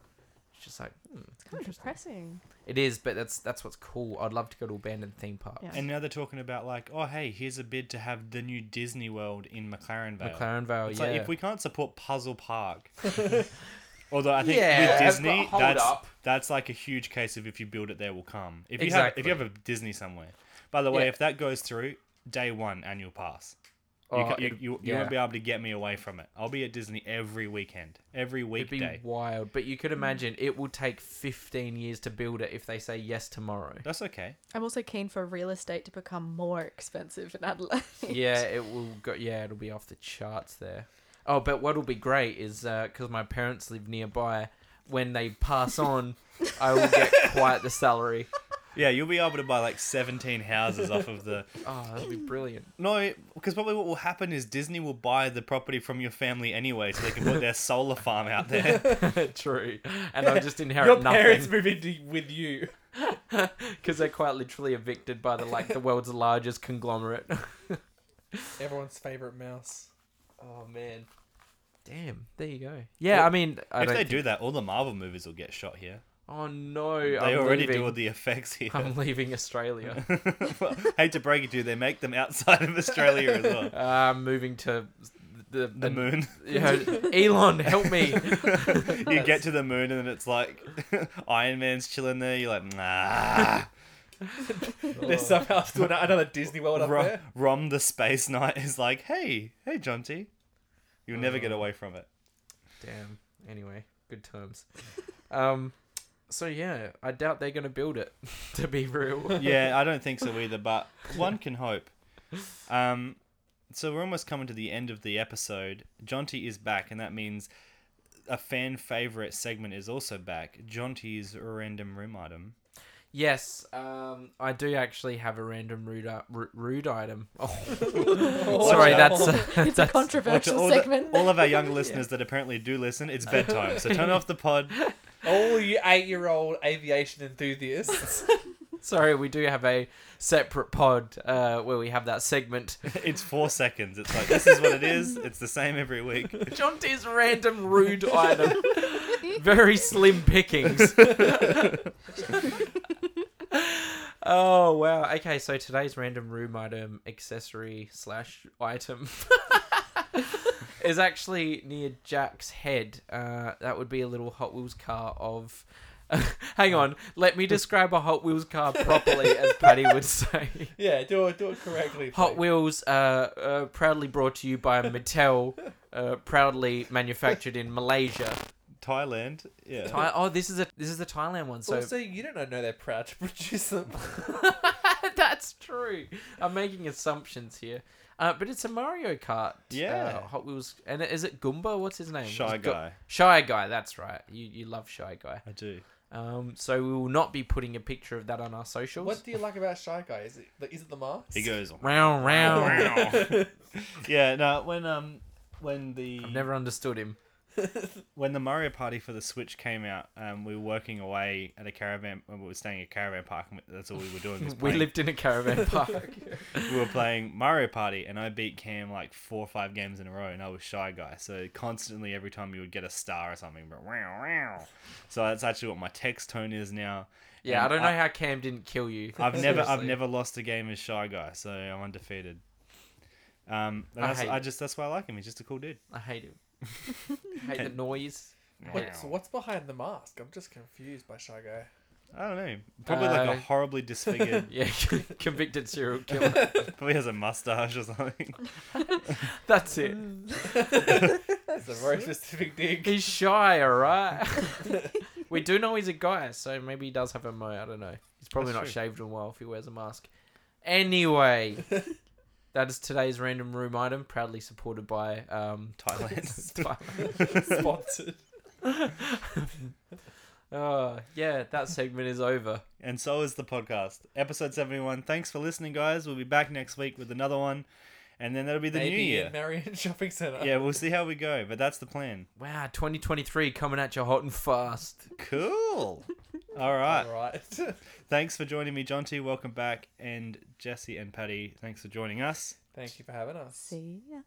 [SPEAKER 5] It's just like hmm,
[SPEAKER 7] It's kind of depressing.
[SPEAKER 5] it is, but that's that's what's cool. I'd love to go to abandoned theme park.
[SPEAKER 7] Yeah.
[SPEAKER 3] And now they're talking about like, oh hey, here's a bid to have the new Disney World in McLaren Vale.
[SPEAKER 5] McLaren Vale,
[SPEAKER 3] It's
[SPEAKER 5] yeah.
[SPEAKER 3] like if we can't support Puzzle Park. [laughs] Although I think
[SPEAKER 5] Yeah,
[SPEAKER 3] with
[SPEAKER 5] but
[SPEAKER 3] Disney,
[SPEAKER 5] hold
[SPEAKER 3] that's
[SPEAKER 5] up.
[SPEAKER 3] that's like a huge case of if you build it, there will come. If you have if you
[SPEAKER 5] Exactly.
[SPEAKER 3] have a Disney somewhere. By the way,
[SPEAKER 5] Yeah.
[SPEAKER 3] if that goes through, day one annual pass. You,
[SPEAKER 5] Oh,
[SPEAKER 3] ca- you,
[SPEAKER 5] it'd-
[SPEAKER 3] you, you
[SPEAKER 5] yeah.
[SPEAKER 3] won't be able to get me away from it. I'll be at Disney every weekend, every
[SPEAKER 5] It'd be
[SPEAKER 3] weekday.
[SPEAKER 5] wild, but you could imagine it will take 15 years to build it if they say yes tomorrow.
[SPEAKER 3] That's okay.
[SPEAKER 7] I'm also keen for real estate to become more expensive
[SPEAKER 3] [laughs]
[SPEAKER 7] in Adelaide.
[SPEAKER 5] yeah, it will go. Yeah, it'll be off the charts there. Oh, but what'll be great is because my parents live nearby. When they pass on, I
[SPEAKER 3] [laughs]
[SPEAKER 5] will get quite the salary.
[SPEAKER 3] Yeah, you'll be able to buy like 17 houses off of
[SPEAKER 5] [laughs]
[SPEAKER 3] the
[SPEAKER 5] Oh, that'll be brilliant. [laughs]
[SPEAKER 3] No, because probably what will happen is Disney will buy the property from your family anyway, so they can put their solar farm out there.
[SPEAKER 5] True, and I'll just inherit
[SPEAKER 6] Your parents
[SPEAKER 5] nothing
[SPEAKER 6] move into with
[SPEAKER 5] [laughs]
[SPEAKER 6] you.
[SPEAKER 5] because they're quite literally evicted by the like the world's largest conglomerate. [laughs]
[SPEAKER 6] Everyone's favorite mouse.
[SPEAKER 5] oh man, damn. There you go. Yeah,
[SPEAKER 3] Well,
[SPEAKER 5] I mean, I
[SPEAKER 3] if
[SPEAKER 5] don't
[SPEAKER 3] they
[SPEAKER 5] think-
[SPEAKER 3] do that, all the Marvel movies will get shot here.
[SPEAKER 5] Oh no,
[SPEAKER 3] They
[SPEAKER 5] I'm
[SPEAKER 3] already
[SPEAKER 5] leaving.
[SPEAKER 3] do all the effects here.
[SPEAKER 5] [laughs] I'm leaving
[SPEAKER 3] [laughs]
[SPEAKER 5] Australia.
[SPEAKER 3] Well, [laughs] hate to break it to you, they make them outside of Australia as well.
[SPEAKER 5] Uh, I'm moving to the,
[SPEAKER 3] The
[SPEAKER 5] [laughs]
[SPEAKER 3] moon.
[SPEAKER 5] Yeah, Elon, help me. [laughs]
[SPEAKER 3] you get to the moon and it's like [laughs] Iron Man's chilling there. You're like,
[SPEAKER 5] [laughs]
[SPEAKER 3] nah.
[SPEAKER 6] They're
[SPEAKER 5] Oh.
[SPEAKER 6] somehow still not another Disney World up
[SPEAKER 3] Rom,
[SPEAKER 6] there.
[SPEAKER 3] Rom the space knight is like, hey, hey, Jonty. You'll never
[SPEAKER 5] Mm.
[SPEAKER 3] get away from it.
[SPEAKER 5] Damn. Anyway, good times. Um, so yeah, I doubt they're gonna build it. [laughs] To be real.
[SPEAKER 3] yeah, I don't think so either, but one can hope. Um, so we're almost coming to the end of the episode. Jonty is back, and that means a fan favorite segment is also back. Jonty's random room item.
[SPEAKER 5] Yes, um, I do actually have a random rude, i- ru- rude item. Oh, sorry,
[SPEAKER 3] out.
[SPEAKER 5] that's, uh, that's
[SPEAKER 7] It's a
[SPEAKER 3] Well, to
[SPEAKER 7] controversial
[SPEAKER 3] all, the-
[SPEAKER 7] segment.
[SPEAKER 3] all [laughs] of our young listeners that apparently do listen, it's bedtime. So turn off the pod.
[SPEAKER 6] All you eight-year-old aviation enthusiasts.
[SPEAKER 5] [laughs] [laughs] sorry. We do have a separate pod uh, where we have that segment.
[SPEAKER 3] It's four seconds. It's like this is what it is. It's the same every week.
[SPEAKER 5] Jonty's random rude item. Very slim pickings. oh wow. Okay, so today's random room item accessory slash item [laughs] is actually near Jack's head. Uh, that would be a little Hot Wheels car of. [laughs] Hang on, let me describe a Hot Wheels car properly, as Paddy would say.
[SPEAKER 6] yeah, do it, do it correctly.
[SPEAKER 5] Hot
[SPEAKER 6] please.
[SPEAKER 5] Wheels, uh, uh, proudly brought to you
[SPEAKER 3] [laughs]
[SPEAKER 5] by Mattel, uh, proudly manufactured in Malaysia.
[SPEAKER 3] Thailand. Yeah.
[SPEAKER 5] Thai- oh, this is a this is the Thailand one. So
[SPEAKER 6] also, you don't know they're proud to [laughs] produce them.
[SPEAKER 5] [laughs] that's true. I'm making assumptions here, uh, but it's a Mario Kart.
[SPEAKER 3] Yeah.
[SPEAKER 5] uh, Hot Wheels, and is it Goomba? What's his name?
[SPEAKER 3] Shy
[SPEAKER 5] It's Go-
[SPEAKER 3] guy.
[SPEAKER 5] Shy guy. That's right. You you love Shy guy.
[SPEAKER 3] I do.
[SPEAKER 5] Um, so we will not be putting a picture of that on our socials.
[SPEAKER 6] What do you like about Shy Guy? Is it the, is it the mask?
[SPEAKER 3] He goes.
[SPEAKER 5] Round
[SPEAKER 3] [laughs]
[SPEAKER 5] round.
[SPEAKER 3] yeah. No. When um. When the
[SPEAKER 5] I've never understood him.
[SPEAKER 3] when the Mario Party for the Switch came out, um, we were working away at a caravan. We were staying at a caravan park, and that's all we were doing. Was
[SPEAKER 5] [laughs] We
[SPEAKER 3] playing,
[SPEAKER 5] lived in
[SPEAKER 3] [laughs]
[SPEAKER 5] a caravan park.
[SPEAKER 3] we were playing Mario Party, and I beat Cam like four or five games in a row, and I was shy guy. So constantly, every time you would get a star or something, but wow, wow. So that's actually what my text tone is
[SPEAKER 5] [laughs]
[SPEAKER 3] now.
[SPEAKER 5] Yeah, I
[SPEAKER 3] And
[SPEAKER 5] don't know how Cam didn't kill you.
[SPEAKER 3] I've never, I've
[SPEAKER 5] Seriously.
[SPEAKER 3] never lost a game as shy guy, so I'm undefeated. Um, and
[SPEAKER 5] I
[SPEAKER 3] that's,
[SPEAKER 5] hate
[SPEAKER 3] I
[SPEAKER 5] it.
[SPEAKER 3] just that's why I like him. He's just a cool dude.
[SPEAKER 5] I hate him. I hate the noise.
[SPEAKER 6] Wait, so what's behind the mask? I'm just confused by Shy Guy.
[SPEAKER 3] I don't know. Probably like
[SPEAKER 5] Uh,
[SPEAKER 3] a horribly
[SPEAKER 5] [laughs]
[SPEAKER 3] disfigured.
[SPEAKER 5] Yeah, convicted
[SPEAKER 3] [laughs]
[SPEAKER 5] serial killer.
[SPEAKER 3] probably has a mustache or something. [laughs]
[SPEAKER 5] That's it.
[SPEAKER 6] That's a very specific dig.
[SPEAKER 5] [laughs] He's
[SPEAKER 3] [laughs]
[SPEAKER 5] shy, alright? we do know he's a guy, so maybe he does have a mo. I don't know. He's probably
[SPEAKER 3] That's
[SPEAKER 5] not
[SPEAKER 3] true.
[SPEAKER 5] shaved in a while if he wears a mask.
[SPEAKER 3] [laughs]
[SPEAKER 5] Anyway, that is today's random room item, proudly supported by um,
[SPEAKER 3] [laughs]
[SPEAKER 5] [laughs]
[SPEAKER 3] Thailand.
[SPEAKER 6] Sponsored.
[SPEAKER 5] Oh, yeah, that segment is over.
[SPEAKER 3] and so is the podcast. Episode 71. Thanks for listening, guys. We'll be back next week with another one. And then that'll be the
[SPEAKER 6] Maybe
[SPEAKER 3] new
[SPEAKER 6] in
[SPEAKER 3] year.
[SPEAKER 6] Marion Shopping Centre.
[SPEAKER 3] Yeah, we'll see how we go, but that's the plan.
[SPEAKER 5] Wow, 2023 coming at you hot and fast.
[SPEAKER 3] Cool. All right.
[SPEAKER 6] All right. [laughs]
[SPEAKER 3] Thanks for joining me, Jonty. Welcome back. And Jesse and Patty, thanks for joining us.
[SPEAKER 6] Thank you for having us.
[SPEAKER 7] [laughs] See ya.